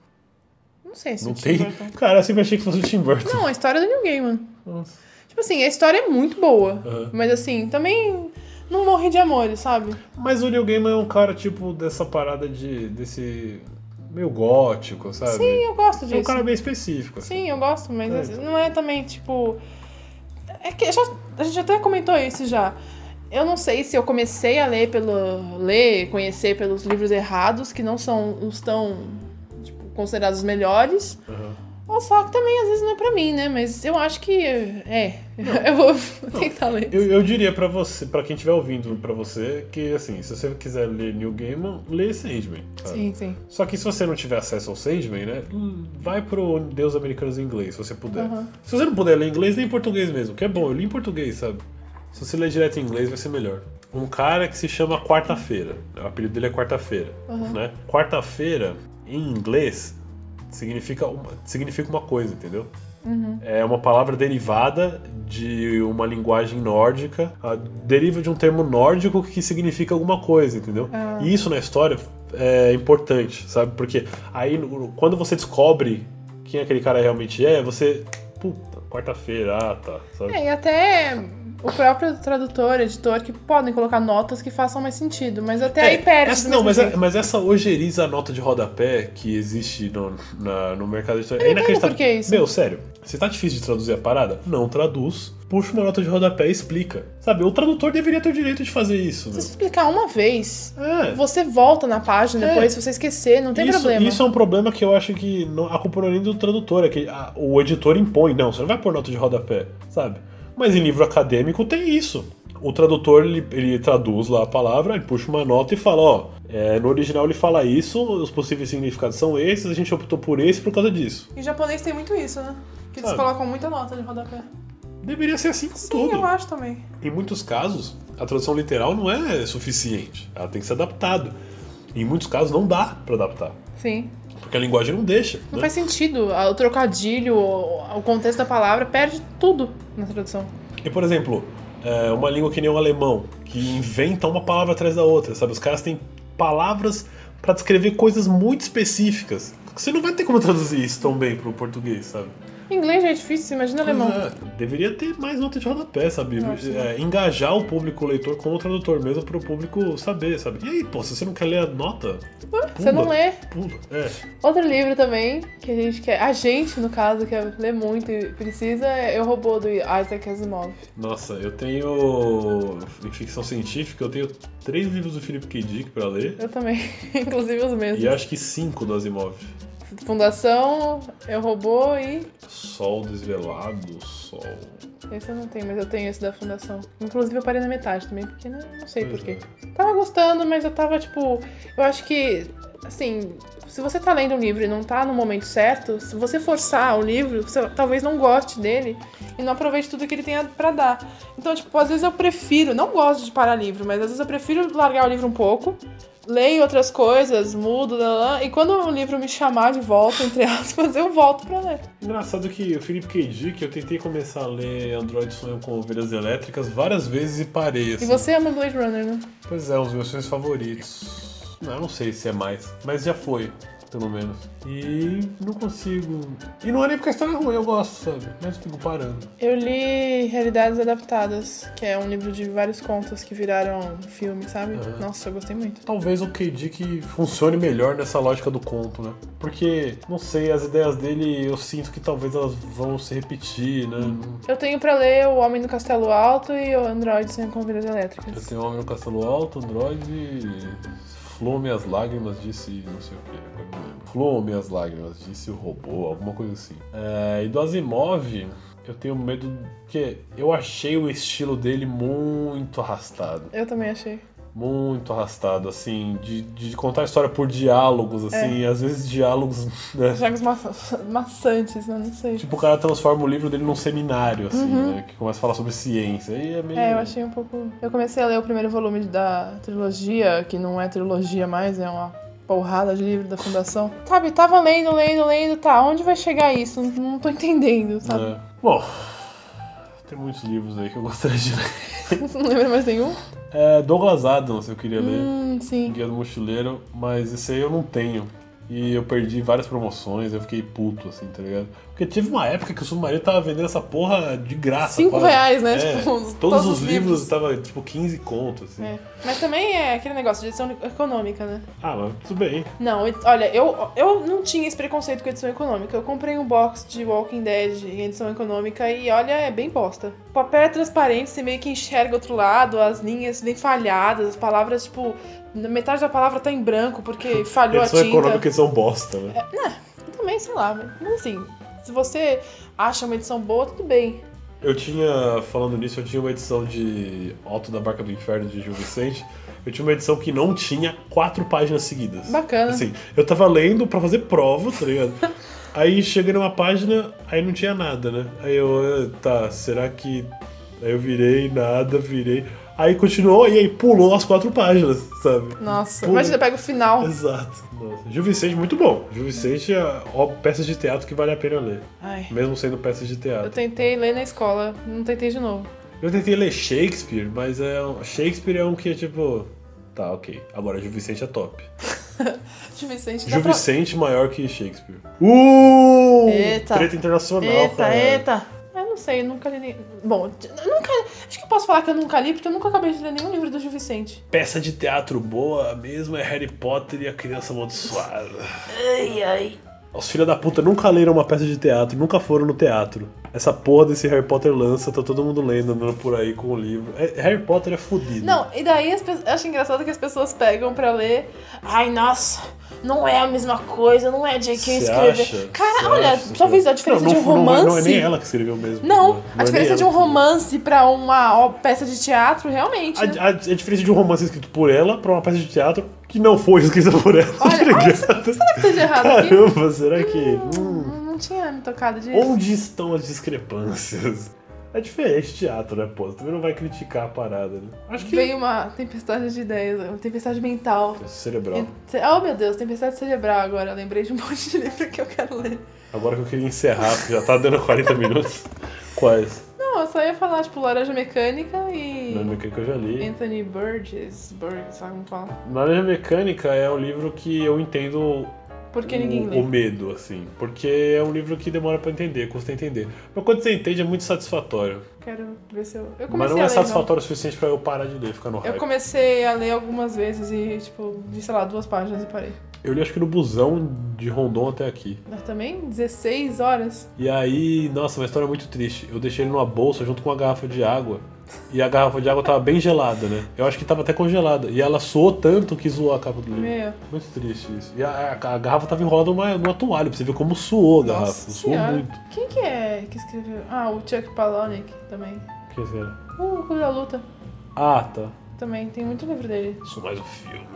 [SPEAKER 2] Não sei se
[SPEAKER 3] Não
[SPEAKER 2] o Tim
[SPEAKER 3] tem?
[SPEAKER 2] Burton.
[SPEAKER 1] Cara, eu sempre achei que fosse o Tim Burton.
[SPEAKER 2] Não, a história é do Neil Gaiman.
[SPEAKER 3] Nossa.
[SPEAKER 2] Tipo assim, a história é muito boa.
[SPEAKER 3] Aham.
[SPEAKER 2] Mas assim, também não morri de amores, sabe?
[SPEAKER 1] Mas o Neil Gaiman é um cara, tipo, dessa parada de. desse. meio gótico, sabe?
[SPEAKER 2] Sim, eu gosto
[SPEAKER 1] é um
[SPEAKER 2] disso.
[SPEAKER 1] cara bem específico. assim.
[SPEAKER 2] Sim, eu gosto, mas
[SPEAKER 1] É,
[SPEAKER 2] assim, não é também, tipo. É que já- a gente até comentou isso já. Eu não sei se eu comecei a ler pelo. ler, conhecer pelos livros errados, que não são os tão tipo, considerados os melhores.
[SPEAKER 1] Aham.
[SPEAKER 2] Ou só que também às vezes não é pra mim, né? Mas eu acho que. É. Eu vou tentar ler.
[SPEAKER 1] Eu, eu diria pra você, para quem estiver ouvindo, pra você, que assim, se você quiser ler Neil Gaiman, lê Sandman. sabe?
[SPEAKER 2] Sim, sim.
[SPEAKER 1] Só que se você não tiver acesso ao Sandman, né, vai pro Deus Americanos em inglês, se você puder.
[SPEAKER 2] Aham.
[SPEAKER 1] Se você não puder ler em inglês, lê em português mesmo, que é bom, eu li em português, sabe? Se você ler direto em inglês, vai ser melhor. Um cara que se chama Quarta-feira, o apelido dele é Quarta-feira,
[SPEAKER 2] Aham.
[SPEAKER 1] né? Quarta-feira, em inglês, significa uma, significa uma coisa, entendeu?
[SPEAKER 2] Uhum.
[SPEAKER 1] É uma palavra derivada de uma linguagem nórdica, a- deriva de um termo nórdico que significa alguma coisa, entendeu?
[SPEAKER 2] Ah.
[SPEAKER 1] E isso na história é importante, sabe? Porque aí no- quando você descobre quem aquele cara realmente é, você. Puta, quarta-feira, ah tá. Sabe?
[SPEAKER 2] É, e até o próprio tradutor, editor, que podem colocar notas que façam mais sentido, mas até tá aí perde.
[SPEAKER 1] É, essa-
[SPEAKER 2] do
[SPEAKER 1] não,
[SPEAKER 2] mesmo
[SPEAKER 1] mas,
[SPEAKER 2] jeito.
[SPEAKER 1] é- mas essa ojeriza a nota de rodapé que existe no, na- no mercado editorial. É
[SPEAKER 2] entendo
[SPEAKER 1] inacreditável.
[SPEAKER 2] por que isso.
[SPEAKER 1] Meu, sério, se tá difícil de traduzir a parada, não traduz. Puxa uma nota de rodapé e explica. Sabe, o tradutor deveria ter o direito de fazer isso.
[SPEAKER 2] Se
[SPEAKER 1] Meu.
[SPEAKER 2] você explicar uma vez,
[SPEAKER 1] É.
[SPEAKER 2] você volta na página
[SPEAKER 1] É.
[SPEAKER 2] depois, se você esquecer, não tem
[SPEAKER 1] isso,
[SPEAKER 2] problema.
[SPEAKER 1] isso é um problema que eu acho que não, a culpa não é nem do tradutor, é que a- o editor impõe. Não, você não vai pôr nota de rodapé, sabe? Mas em livro acadêmico tem isso. O tradutor, ele, ele traduz lá a palavra, ele puxa uma nota e fala, ó, é, no original ele fala isso, os possíveis significados são esses, a gente optou por esse por causa disso.
[SPEAKER 2] E o japonês tem muito isso, né? Que eles
[SPEAKER 1] um Sabe?
[SPEAKER 2] colocam muita nota de rodapé.
[SPEAKER 1] Deveria ser assim com
[SPEAKER 2] Sim,
[SPEAKER 1] tudo.
[SPEAKER 2] eu acho também.
[SPEAKER 1] Em muitos casos, a tradução literal não é suficiente. Ela tem que ser adaptada. Em muitos casos não dá pra adaptar,
[SPEAKER 2] Sim.
[SPEAKER 1] porque a linguagem não deixa.
[SPEAKER 2] Não
[SPEAKER 1] né?
[SPEAKER 2] faz sentido. ah, O trocadilho, o o contexto da palavra, perde tudo na tradução.
[SPEAKER 1] E, por exemplo, é, uma língua que nem o alemão, que inventa uma palavra atrás da outra, sabe? Os caras têm palavras pra descrever coisas muito específicas. Você não vai ter como traduzir isso tão bem pro português, sabe?
[SPEAKER 2] Em inglês já é difícil, você imagina alemão. né?
[SPEAKER 1] É, deveria ter mais nota de rodapé, sabe?
[SPEAKER 2] Nossa.
[SPEAKER 1] É, engajar o público leitor com o tradutor mesmo pro público saber, sabe? E aí, pô, se você não quer ler a nota,
[SPEAKER 2] Você não
[SPEAKER 1] pula.
[SPEAKER 2] lê.
[SPEAKER 1] pula. É.
[SPEAKER 2] Outro livro também que a gente quer, a gente no caso quer ler muito e precisa é Eu Robô do Isaac Asimov.
[SPEAKER 1] Nossa, eu tenho. Em ficção científica, eu tenho três livros do Philip K. Dick pra ler.
[SPEAKER 2] Eu também, inclusive os mesmos.
[SPEAKER 1] E acho que cinco do Asimov.
[SPEAKER 2] Fundação, Eu Robô e
[SPEAKER 1] Sol desvelado, sol.
[SPEAKER 2] esse eu não tenho, mas eu tenho esse da Fundação. Inclusive eu parei na metade também, porque não, não sei
[SPEAKER 1] Pois
[SPEAKER 2] porquê. Tava gostando, mas eu tava tipo, eu acho que assim, se você tá lendo um livro e não tá no momento certo, se você forçar o livro, você talvez não goste dele e não aproveite tudo que ele tem pra dar. Então, tipo, às vezes eu prefiro, não gosto de parar livro, mas às vezes eu prefiro largar o livro um pouco, leio outras coisas, mudo, lá, lá, e quando o livro me chamar de volta, entre aspas, eu volto pra ler.
[SPEAKER 1] Engraçado que o Felipe K. Dick, eu tentei começar a ler Android Sonho com Ovelhas Elétricas várias vezes e parei.
[SPEAKER 2] E
[SPEAKER 1] assim.
[SPEAKER 2] você ama Blade Runner, né?
[SPEAKER 1] Pois é, um dos meus filmes favoritos. Não, eu não sei se é mais, mas já foi, pelo menos. E não consigo. E não é nem porque a história é ruim, eu gosto, sabe? Mas eu fico parando.
[SPEAKER 2] Eu li Realidades Adaptadas, que é um livro de vários contos que viraram filme, sabe?
[SPEAKER 1] Aham.
[SPEAKER 2] Nossa, eu gostei muito.
[SPEAKER 1] Talvez o K. Dick funcione melhor nessa lógica do conto, né? Porque, não sei, as ideias dele eu sinto que talvez elas vão se repetir, né?
[SPEAKER 2] Eu tenho pra ler O Homem do Castelo Alto e O Android Sem Convidas
[SPEAKER 1] Eu
[SPEAKER 2] Elétricas.
[SPEAKER 1] tenho homem no castelo alto, Android. Flume as lágrimas, disse não sei o que. agora não lembro. Flume as lágrimas, disse o robô, alguma coisa assim. É, e do Asimov, eu tenho medo. Porque eu achei o estilo dele muito arrastado.
[SPEAKER 2] Eu também achei.
[SPEAKER 1] Muito arrastado, assim. De, de contar a história por diálogos, assim.
[SPEAKER 2] É.
[SPEAKER 1] e Às vezes diálogos. né?
[SPEAKER 2] Jogos maça- maçantes, né? Não sei.
[SPEAKER 1] Tipo, o cara transforma o livro dele num seminário, assim, né? Que começa a falar sobre ciência. E é meio.
[SPEAKER 2] Uhum. É, eu achei um pouco. Eu comecei a ler o primeiro volume da trilogia, que não é trilogia mais, é uma porrada de livro da Fundação. Sabe, tava lendo, lendo, lendo, tá, onde vai chegar isso? Não tô entendendo, sabe?
[SPEAKER 1] É. Bom, né. Tem muitos livros aí que eu gostaria de ler.
[SPEAKER 2] Não lembra mais nenhum?
[SPEAKER 1] É, Douglas Adams, eu queria ler.
[SPEAKER 2] Hum, sim.
[SPEAKER 1] Guia do Mochileiro, mas esse aí eu não tenho. E eu perdi várias promoções, eu fiquei puto, assim, tá ligado? Porque teve uma época que o Submarino tava vendendo essa porra de graça.
[SPEAKER 2] Cinco
[SPEAKER 1] quase.
[SPEAKER 2] reais, né?
[SPEAKER 1] É,
[SPEAKER 2] Tipo,
[SPEAKER 1] todos,
[SPEAKER 2] todos
[SPEAKER 1] os
[SPEAKER 2] os
[SPEAKER 1] livros
[SPEAKER 2] livros.
[SPEAKER 1] tava, tipo, 15 conto, assim.
[SPEAKER 2] É. Mas também é aquele negócio de edição econômica, né?
[SPEAKER 1] Ah, mas tudo bem.
[SPEAKER 2] Não, e- olha, eu, eu não tinha esse preconceito com edição econômica. Eu comprei um box de Walking Dead em edição econômica e olha, é bem bosta. O papel é transparente, você meio que enxerga outro lado, as linhas bem falhadas, as palavras, tipo, na metade da palavra tá em branco porque falhou a
[SPEAKER 1] Eles são
[SPEAKER 2] tinta.
[SPEAKER 1] econômicos eles são bosta, né?
[SPEAKER 2] Também, sei lá, mas assim, se você acha uma edição boa, tudo bem.
[SPEAKER 1] Eu tinha, falando nisso, eu tinha uma edição de Alto da Barca do Inferno de Gil Vicente. Eu tinha uma edição que não tinha quatro páginas seguidas.
[SPEAKER 2] Bacana.
[SPEAKER 1] Assim, eu tava lendo pra fazer prova, tá ligado? aí cheguei numa página, aí não tinha nada, né? Aí eu, eh, tá, será que. Aí eu virei, nada, virei. Aí continuou e aí pulou as quatro páginas, sabe?
[SPEAKER 2] Nossa,
[SPEAKER 1] Pula.
[SPEAKER 2] imagina, pega o final.
[SPEAKER 1] Exato. Nossa. Gil Vicente, muito bom. Gil Vicente é ó, peças de teatro que vale a pena ler,
[SPEAKER 2] Ai.
[SPEAKER 1] mesmo sendo peças de teatro.
[SPEAKER 2] Eu tentei ler na escola, não tentei de novo.
[SPEAKER 1] Eu tentei ler Shakespeare, mas é um- Shakespeare é um que é tipo. Tá, ok. Agora Gil Vicente é top.
[SPEAKER 2] Gil Vicente, dá
[SPEAKER 1] Gil
[SPEAKER 2] pra-
[SPEAKER 1] Vicente maior que Shakespeare. Uh!
[SPEAKER 2] Eita.
[SPEAKER 1] Treta internacional,
[SPEAKER 2] Eita,
[SPEAKER 1] cara.
[SPEAKER 2] eita. Eu não sei, eu nunca li. nem- Bom, eu nunca. Acho que eu posso falar que eu nunca li, porque eu nunca acabei de ler nenhum livro do Gil Vicente.
[SPEAKER 1] Peça de teatro boa mesmo é Harry Potter e a Criança Amaldiçoada.
[SPEAKER 2] Ai, ai.
[SPEAKER 1] Os filhos da puta nunca leram uma peça de teatro, nunca foram no teatro. Essa porra desse Harry Potter lança, tá todo mundo lendo, andando por aí com o livro. É- Harry Potter é fodido.
[SPEAKER 2] Não, e daí as pessoas. Eu acho engraçado que as pessoas pegam pra ler. Ai, nossa, não é a mesma coisa, não é J.K.
[SPEAKER 1] Cê acha?
[SPEAKER 2] escrever.
[SPEAKER 1] Cê
[SPEAKER 2] Cara, olha,
[SPEAKER 1] acha?
[SPEAKER 2] só vez a diferença
[SPEAKER 1] Não, não
[SPEAKER 2] de um
[SPEAKER 1] fu-
[SPEAKER 2] romance.
[SPEAKER 1] Não, é- não é nem ela que escreveu mesmo.
[SPEAKER 2] Não,
[SPEAKER 1] é
[SPEAKER 2] a
[SPEAKER 1] nem
[SPEAKER 2] diferença de um
[SPEAKER 1] ela que escreveu.
[SPEAKER 2] romance pra uma ó, peça de teatro, realmente. né?
[SPEAKER 1] A, a- a diferença de um romance escrito por ela pra uma peça de teatro que não foi escrita por ela. tá
[SPEAKER 2] Olha, olha,
[SPEAKER 1] ligado?
[SPEAKER 2] Será que tá de errado aqui?
[SPEAKER 1] Caramba, será que. hum,
[SPEAKER 2] Não, não tinha me tocado disso.
[SPEAKER 1] onde estão as discrepâncias? É diferente teatro, né, pô? Você também não vai criticar a parada, né? Acho que. é
[SPEAKER 2] Veio uma tempestade de ideias, uma tempestade mental.
[SPEAKER 1] Cerebral.
[SPEAKER 2] Ent- Oh meu Deus, tempestade cerebral agora. Eu lembrei de um monte de livro que eu quero ler.
[SPEAKER 1] Agora que eu queria encerrar, porque já tá dando 40 minutos. Quais?
[SPEAKER 2] Não, eu só ia falar, tipo, Laranja Mecânica e.
[SPEAKER 1] Na mecânica eu já li.
[SPEAKER 2] Anthony Burgess, Burgess, sabe como fala?
[SPEAKER 1] Laranja Mecânica é um livro que eu entendo
[SPEAKER 2] Porque
[SPEAKER 1] o-
[SPEAKER 2] ninguém
[SPEAKER 1] o,
[SPEAKER 2] lê.
[SPEAKER 1] medo, assim. Porque é um livro que demora pra entender, custa entender. Mas quando você entende é muito satisfatório.
[SPEAKER 2] Quero ver se eu. Eu comecei
[SPEAKER 1] Mas não
[SPEAKER 2] a
[SPEAKER 1] é
[SPEAKER 2] ler. não.
[SPEAKER 1] satisfatório o suficiente pra eu parar de ler, ficar no hype.
[SPEAKER 2] Eu comecei a ler algumas vezes e, tipo, vi, sei lá, duas páginas e parei.
[SPEAKER 1] Eu li acho que no busão de Rondon até aqui.
[SPEAKER 2] Mas também 16 horas.
[SPEAKER 1] E aí, nossa, uma história muito triste. Eu deixei ele numa bolsa junto com uma garrafa de água. E a garrafa de água tava bem gelada, né? Eu acho que tava até congelada. E ela suou tanto que zoou a capa do livro.
[SPEAKER 2] Meu.
[SPEAKER 1] Muito triste isso. E a, a- a garrafa tava enrolada numa, numa toalha, pra você ver como suou a garrafa.
[SPEAKER 2] Nossa
[SPEAKER 1] suou
[SPEAKER 2] senhora.
[SPEAKER 1] muito.
[SPEAKER 2] Quem que é que escreveu? Ah, o Chuck Palahniuk também.
[SPEAKER 1] Quer dizer,
[SPEAKER 2] Uh, o Clube da Luta
[SPEAKER 1] é? ah, tá.
[SPEAKER 2] também. Tem muito livro dele.
[SPEAKER 1] Isso mais um filme.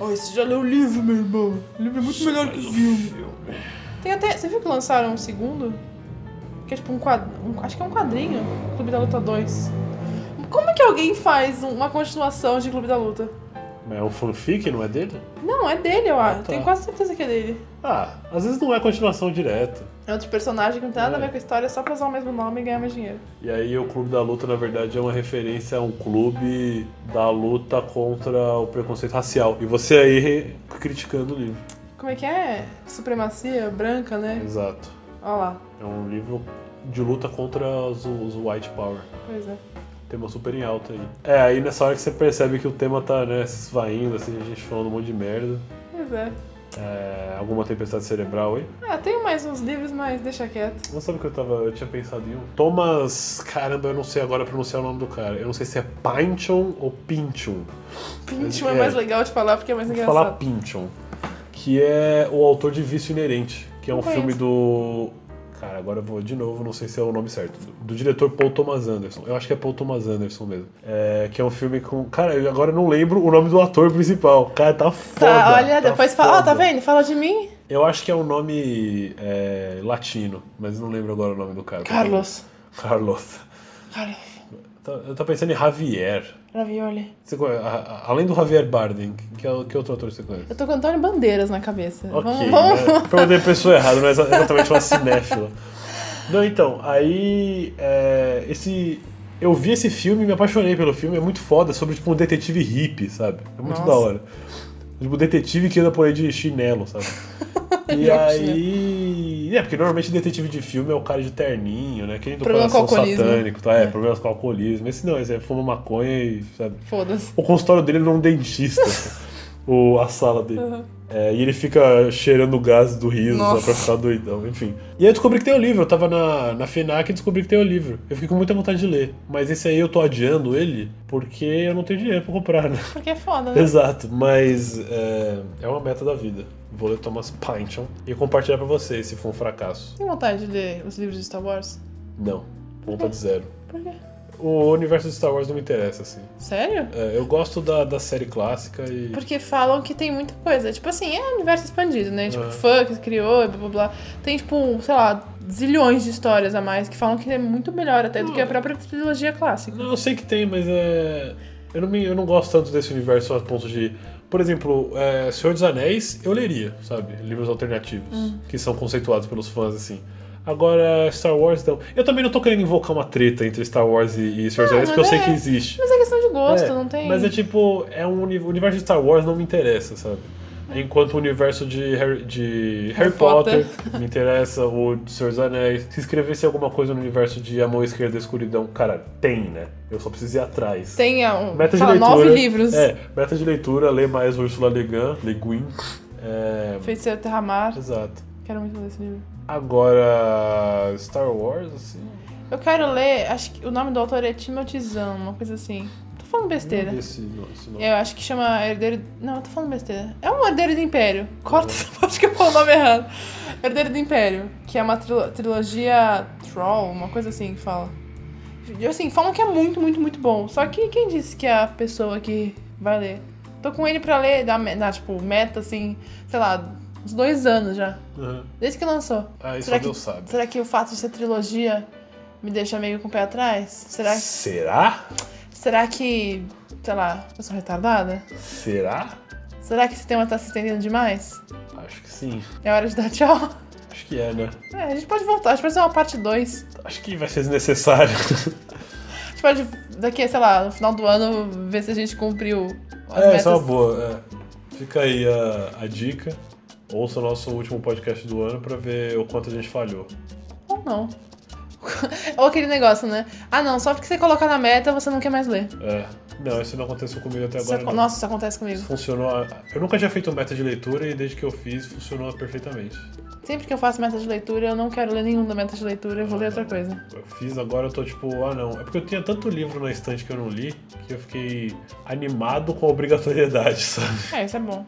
[SPEAKER 2] Oh, esse já leu o livro, meu irmão. O livro é muito melhor
[SPEAKER 1] um
[SPEAKER 2] que o filme. Tem até. Você viu que lançaram um segundo? Que é tipo um quadrinho. acho que é um quadrinho. Clube da Luta 2. Como é que alguém faz um- uma continuação de Clube da Luta?
[SPEAKER 1] Mas é um fanfic, não é dele?
[SPEAKER 2] Não, é dele, eu acho.
[SPEAKER 1] tá.
[SPEAKER 2] Tenho quase certeza que é dele.
[SPEAKER 1] Ah, às vezes não é continuação direta.
[SPEAKER 2] É outro personagem que não tem nada a
[SPEAKER 1] É.
[SPEAKER 2] ver com a história, só pra usar o mesmo nome e ganhar mais dinheiro.
[SPEAKER 1] E aí o Clube da Luta, na verdade, é uma referência a um clube da luta contra o preconceito racial. E você aí re- criticando o livro.
[SPEAKER 2] Como é que é? Supremacia branca, né?
[SPEAKER 1] Exato.
[SPEAKER 2] Olha lá.
[SPEAKER 1] É um livro de luta contra os, os white power.
[SPEAKER 2] Pois é.
[SPEAKER 1] Tema super em alta aí. É, aí nessa hora que você percebe que o tema tá, né, se esvaindo, assim, a gente falando um monte de merda.
[SPEAKER 2] Pois é.
[SPEAKER 1] É, alguma tempestade cerebral aí.
[SPEAKER 2] Ah, tem mais uns livros, mas deixa quieto.
[SPEAKER 1] Não sabe o que eu tava. Eu tinha pensado em um. Thomas. Caramba, eu não sei agora pronunciar o nome do cara. Eu não sei se é Pynchon ou Pinchon.
[SPEAKER 2] Pinchon
[SPEAKER 1] É.
[SPEAKER 2] é mais legal de falar porque é mais
[SPEAKER 1] Vou
[SPEAKER 2] engraçado.
[SPEAKER 1] falar Pynchon, que é o autor de Vício Inerente, que é um
[SPEAKER 2] Não conheço.
[SPEAKER 1] filme do. Cara, agora eu vou de novo, não sei se é o nome certo. Do, do diretor Paul Thomas Anderson. Eu acho que é Paul Thomas Anderson mesmo. É, que é um filme com. Cara, eu agora não lembro o nome do ator principal. Cara, tá foda.
[SPEAKER 2] Tá, olha,
[SPEAKER 1] tá
[SPEAKER 2] depois fala. Ó, tá
[SPEAKER 1] foda.
[SPEAKER 2] vendo? Fala de mim.
[SPEAKER 1] Eu acho que é um nome é, latino, mas não lembro agora o nome do cara.
[SPEAKER 2] Carlos.
[SPEAKER 1] Carlos.
[SPEAKER 2] Carlos.
[SPEAKER 1] Tá- Eu tô pensando em Javier.
[SPEAKER 2] Ravioli.
[SPEAKER 1] Você conhece- a- a- além do Javier Bardem, que, é o- que outro ator você conhece?
[SPEAKER 2] Eu tô com Antônio Bandeiras na cabeça.
[SPEAKER 1] Ok.
[SPEAKER 2] vamos, vamos.
[SPEAKER 1] Né? Perguntei a pessoa errada, mas é exatamente uma cinéfila. Não, então, aí. é, esse. Eu vi esse filme, me apaixonei pelo filme, é muito foda, sobre tipo um detetive hippie, sabe? É muito
[SPEAKER 2] Nossa.
[SPEAKER 1] da hora. Tipo, detetive que anda por aí de chinelo, sabe? E
[SPEAKER 2] Pior que
[SPEAKER 1] aí. É, porque normalmente detetive de filme é o cara de terninho, né? Quem do
[SPEAKER 2] Problema com
[SPEAKER 1] coração
[SPEAKER 2] alcoolismo.
[SPEAKER 1] satânico, tá? É, problemas com alcoolismo. Esse não, esse é fuma maconha e, sabe?
[SPEAKER 2] Foda-se.
[SPEAKER 1] O consultório dele não é um dentista. o, a sala dele.
[SPEAKER 2] Uhum.
[SPEAKER 1] É, e ele fica cheirando o gás do riso só
[SPEAKER 2] Nossa.
[SPEAKER 1] pra ficar doidão, enfim. E aí eu descobri que tem o livro, eu tava na, na FENAC e descobri que tem o livro. Eu fiquei com muita vontade de ler. Mas esse aí eu tô adiando ele porque eu não tenho dinheiro pra comprar, né?
[SPEAKER 2] Porque é foda, né?
[SPEAKER 1] Exato, mas é, é uma meta da vida. Vou ler Thomas Pynchon e compartilhar pra vocês se for um fracasso.
[SPEAKER 2] Tem vontade de ler os livros de Star Wars?
[SPEAKER 1] Não, vontade zero.
[SPEAKER 2] Por quê?
[SPEAKER 1] O universo de Star Wars não me interessa, assim.
[SPEAKER 2] Sério?
[SPEAKER 1] É, eu gosto da, da série clássica e.
[SPEAKER 2] Porque falam que tem muita coisa. Tipo assim, é universo expandido, né? Tipo,
[SPEAKER 1] É.
[SPEAKER 2] fã que criou, blá blá blá. Tem, tipo, sei lá, zilhões de histórias a mais que falam que é muito melhor até do que a própria trilogia clássica.
[SPEAKER 1] Não, eu sei que tem, mas é. Eu não, me, eu não gosto tanto desse universo a ponto de. Por exemplo, é, Senhor dos Anéis, eu leria, sabe? Livros alternativos,
[SPEAKER 2] Hum.
[SPEAKER 1] que são conceituados pelos fãs, assim. Agora, Star Wars, não. Eu também não tô querendo invocar uma treta entre Star Wars e, e Senhor dos
[SPEAKER 2] Não,
[SPEAKER 1] Anéis, porque eu
[SPEAKER 2] mas
[SPEAKER 1] sei
[SPEAKER 2] é-
[SPEAKER 1] que existe.
[SPEAKER 2] Mas é questão de gosto,
[SPEAKER 1] É,
[SPEAKER 2] não tem.
[SPEAKER 1] Mas é tipo, é um uni- o universo de Star Wars não me interessa, sabe? Enquanto o universo de Harry, de Harry Potter,
[SPEAKER 2] Potter.
[SPEAKER 1] me interessa, o de Senhor dos Anéis. Se escrevesse alguma coisa no universo de A Mão Esquerda da Escuridão, cara, tem, né? Eu só preciso ir atrás.
[SPEAKER 2] Tem ah, um,
[SPEAKER 1] Meta de
[SPEAKER 2] fala,
[SPEAKER 1] leitura.
[SPEAKER 2] nove livros.
[SPEAKER 1] É, meta de leitura, ler mais Ursula Le Guin. Le Guin. É,
[SPEAKER 2] Feiticeiro Terramar.
[SPEAKER 1] exato.
[SPEAKER 2] Quero muito ler esse livro.
[SPEAKER 1] Agora, Star Wars, assim.
[SPEAKER 2] Eu quero ler, acho que o nome do autor é Timothy Zahn, uma coisa assim. Tô falando besteira.
[SPEAKER 1] não vi Esse, não, esse nome.
[SPEAKER 2] Eu acho que chama Herdeiro. Não, eu tô falando besteira. É um Herdeiro do Império. Corta essa parte que eu falo o nome errado. Herdeiro do Império, que é uma trilo- trilogia Troll, uma coisa assim que fala. E, Assim, falam que é muito, muito, muito bom. Só que quem disse que é a pessoa que vai ler? Tô com ele pra ler, da, me- da, tipo, meta, assim, sei lá, uns dois anos já.
[SPEAKER 1] Aham.
[SPEAKER 2] Desde que lançou.
[SPEAKER 1] Ah, isso
[SPEAKER 2] Será
[SPEAKER 1] Deus
[SPEAKER 2] que-
[SPEAKER 1] sabe.
[SPEAKER 2] Será que o fato de ser trilogia me deixa meio com o pé atrás? Será,
[SPEAKER 1] Será?
[SPEAKER 2] será que. sei lá, eu sou retardada?
[SPEAKER 1] Será?
[SPEAKER 2] Será que esse tema tá se estendendo demais?
[SPEAKER 1] Acho que sim.
[SPEAKER 2] É hora de dar tchau?
[SPEAKER 1] Acho que é, né?
[SPEAKER 2] É, a gente pode voltar, a gente pode fazer uma parte 2.
[SPEAKER 1] Acho que vai ser desnecessário.
[SPEAKER 2] A gente pode, daqui, sei lá, no final do ano, ver se a gente cumpriu as
[SPEAKER 1] É,
[SPEAKER 2] metas.
[SPEAKER 1] isso é uma boa. é. Fica aí a, a dica. Ouça o nosso último podcast do ano pra ver o quanto a gente falhou.
[SPEAKER 2] Ou não. Ou aquele negócio, né? Ah, não, só porque você coloca na meta, você não quer mais ler.
[SPEAKER 1] É. Não, isso não aconteceu comigo até
[SPEAKER 2] Isso
[SPEAKER 1] agora.
[SPEAKER 2] ac-
[SPEAKER 1] não.
[SPEAKER 2] Nossa, isso acontece comigo.
[SPEAKER 1] Funcionou. a- Eu nunca tinha feito um meta de leitura e desde que eu fiz, funcionou perfeitamente.
[SPEAKER 2] Sempre que eu faço meta de leitura, eu não quero ler nenhum da meta de leitura, eu vou ler
[SPEAKER 1] Ah,
[SPEAKER 2] outra coisa.
[SPEAKER 1] Eu fiz agora, eu tô tipo, ah não. É porque eu tinha tanto livro na estante que eu não li que eu fiquei animado com a obrigatoriedade, sabe?
[SPEAKER 2] É, isso é bom.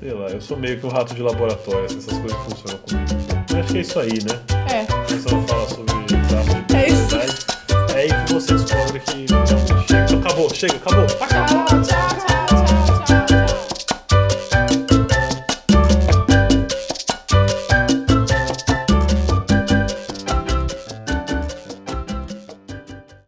[SPEAKER 1] Sei lá, eu sou meio que um rato de laboratório, essas coisas funcionam comigo. Eu acho que é isso aí, né?
[SPEAKER 2] É.
[SPEAKER 1] Precisamos falar sobre tráfico de
[SPEAKER 2] É isso.
[SPEAKER 1] personalidade. É aí que você descobre que realmente chega. Acabou, chega, acabou. Acabou.
[SPEAKER 2] Tchau, tchau, tchau.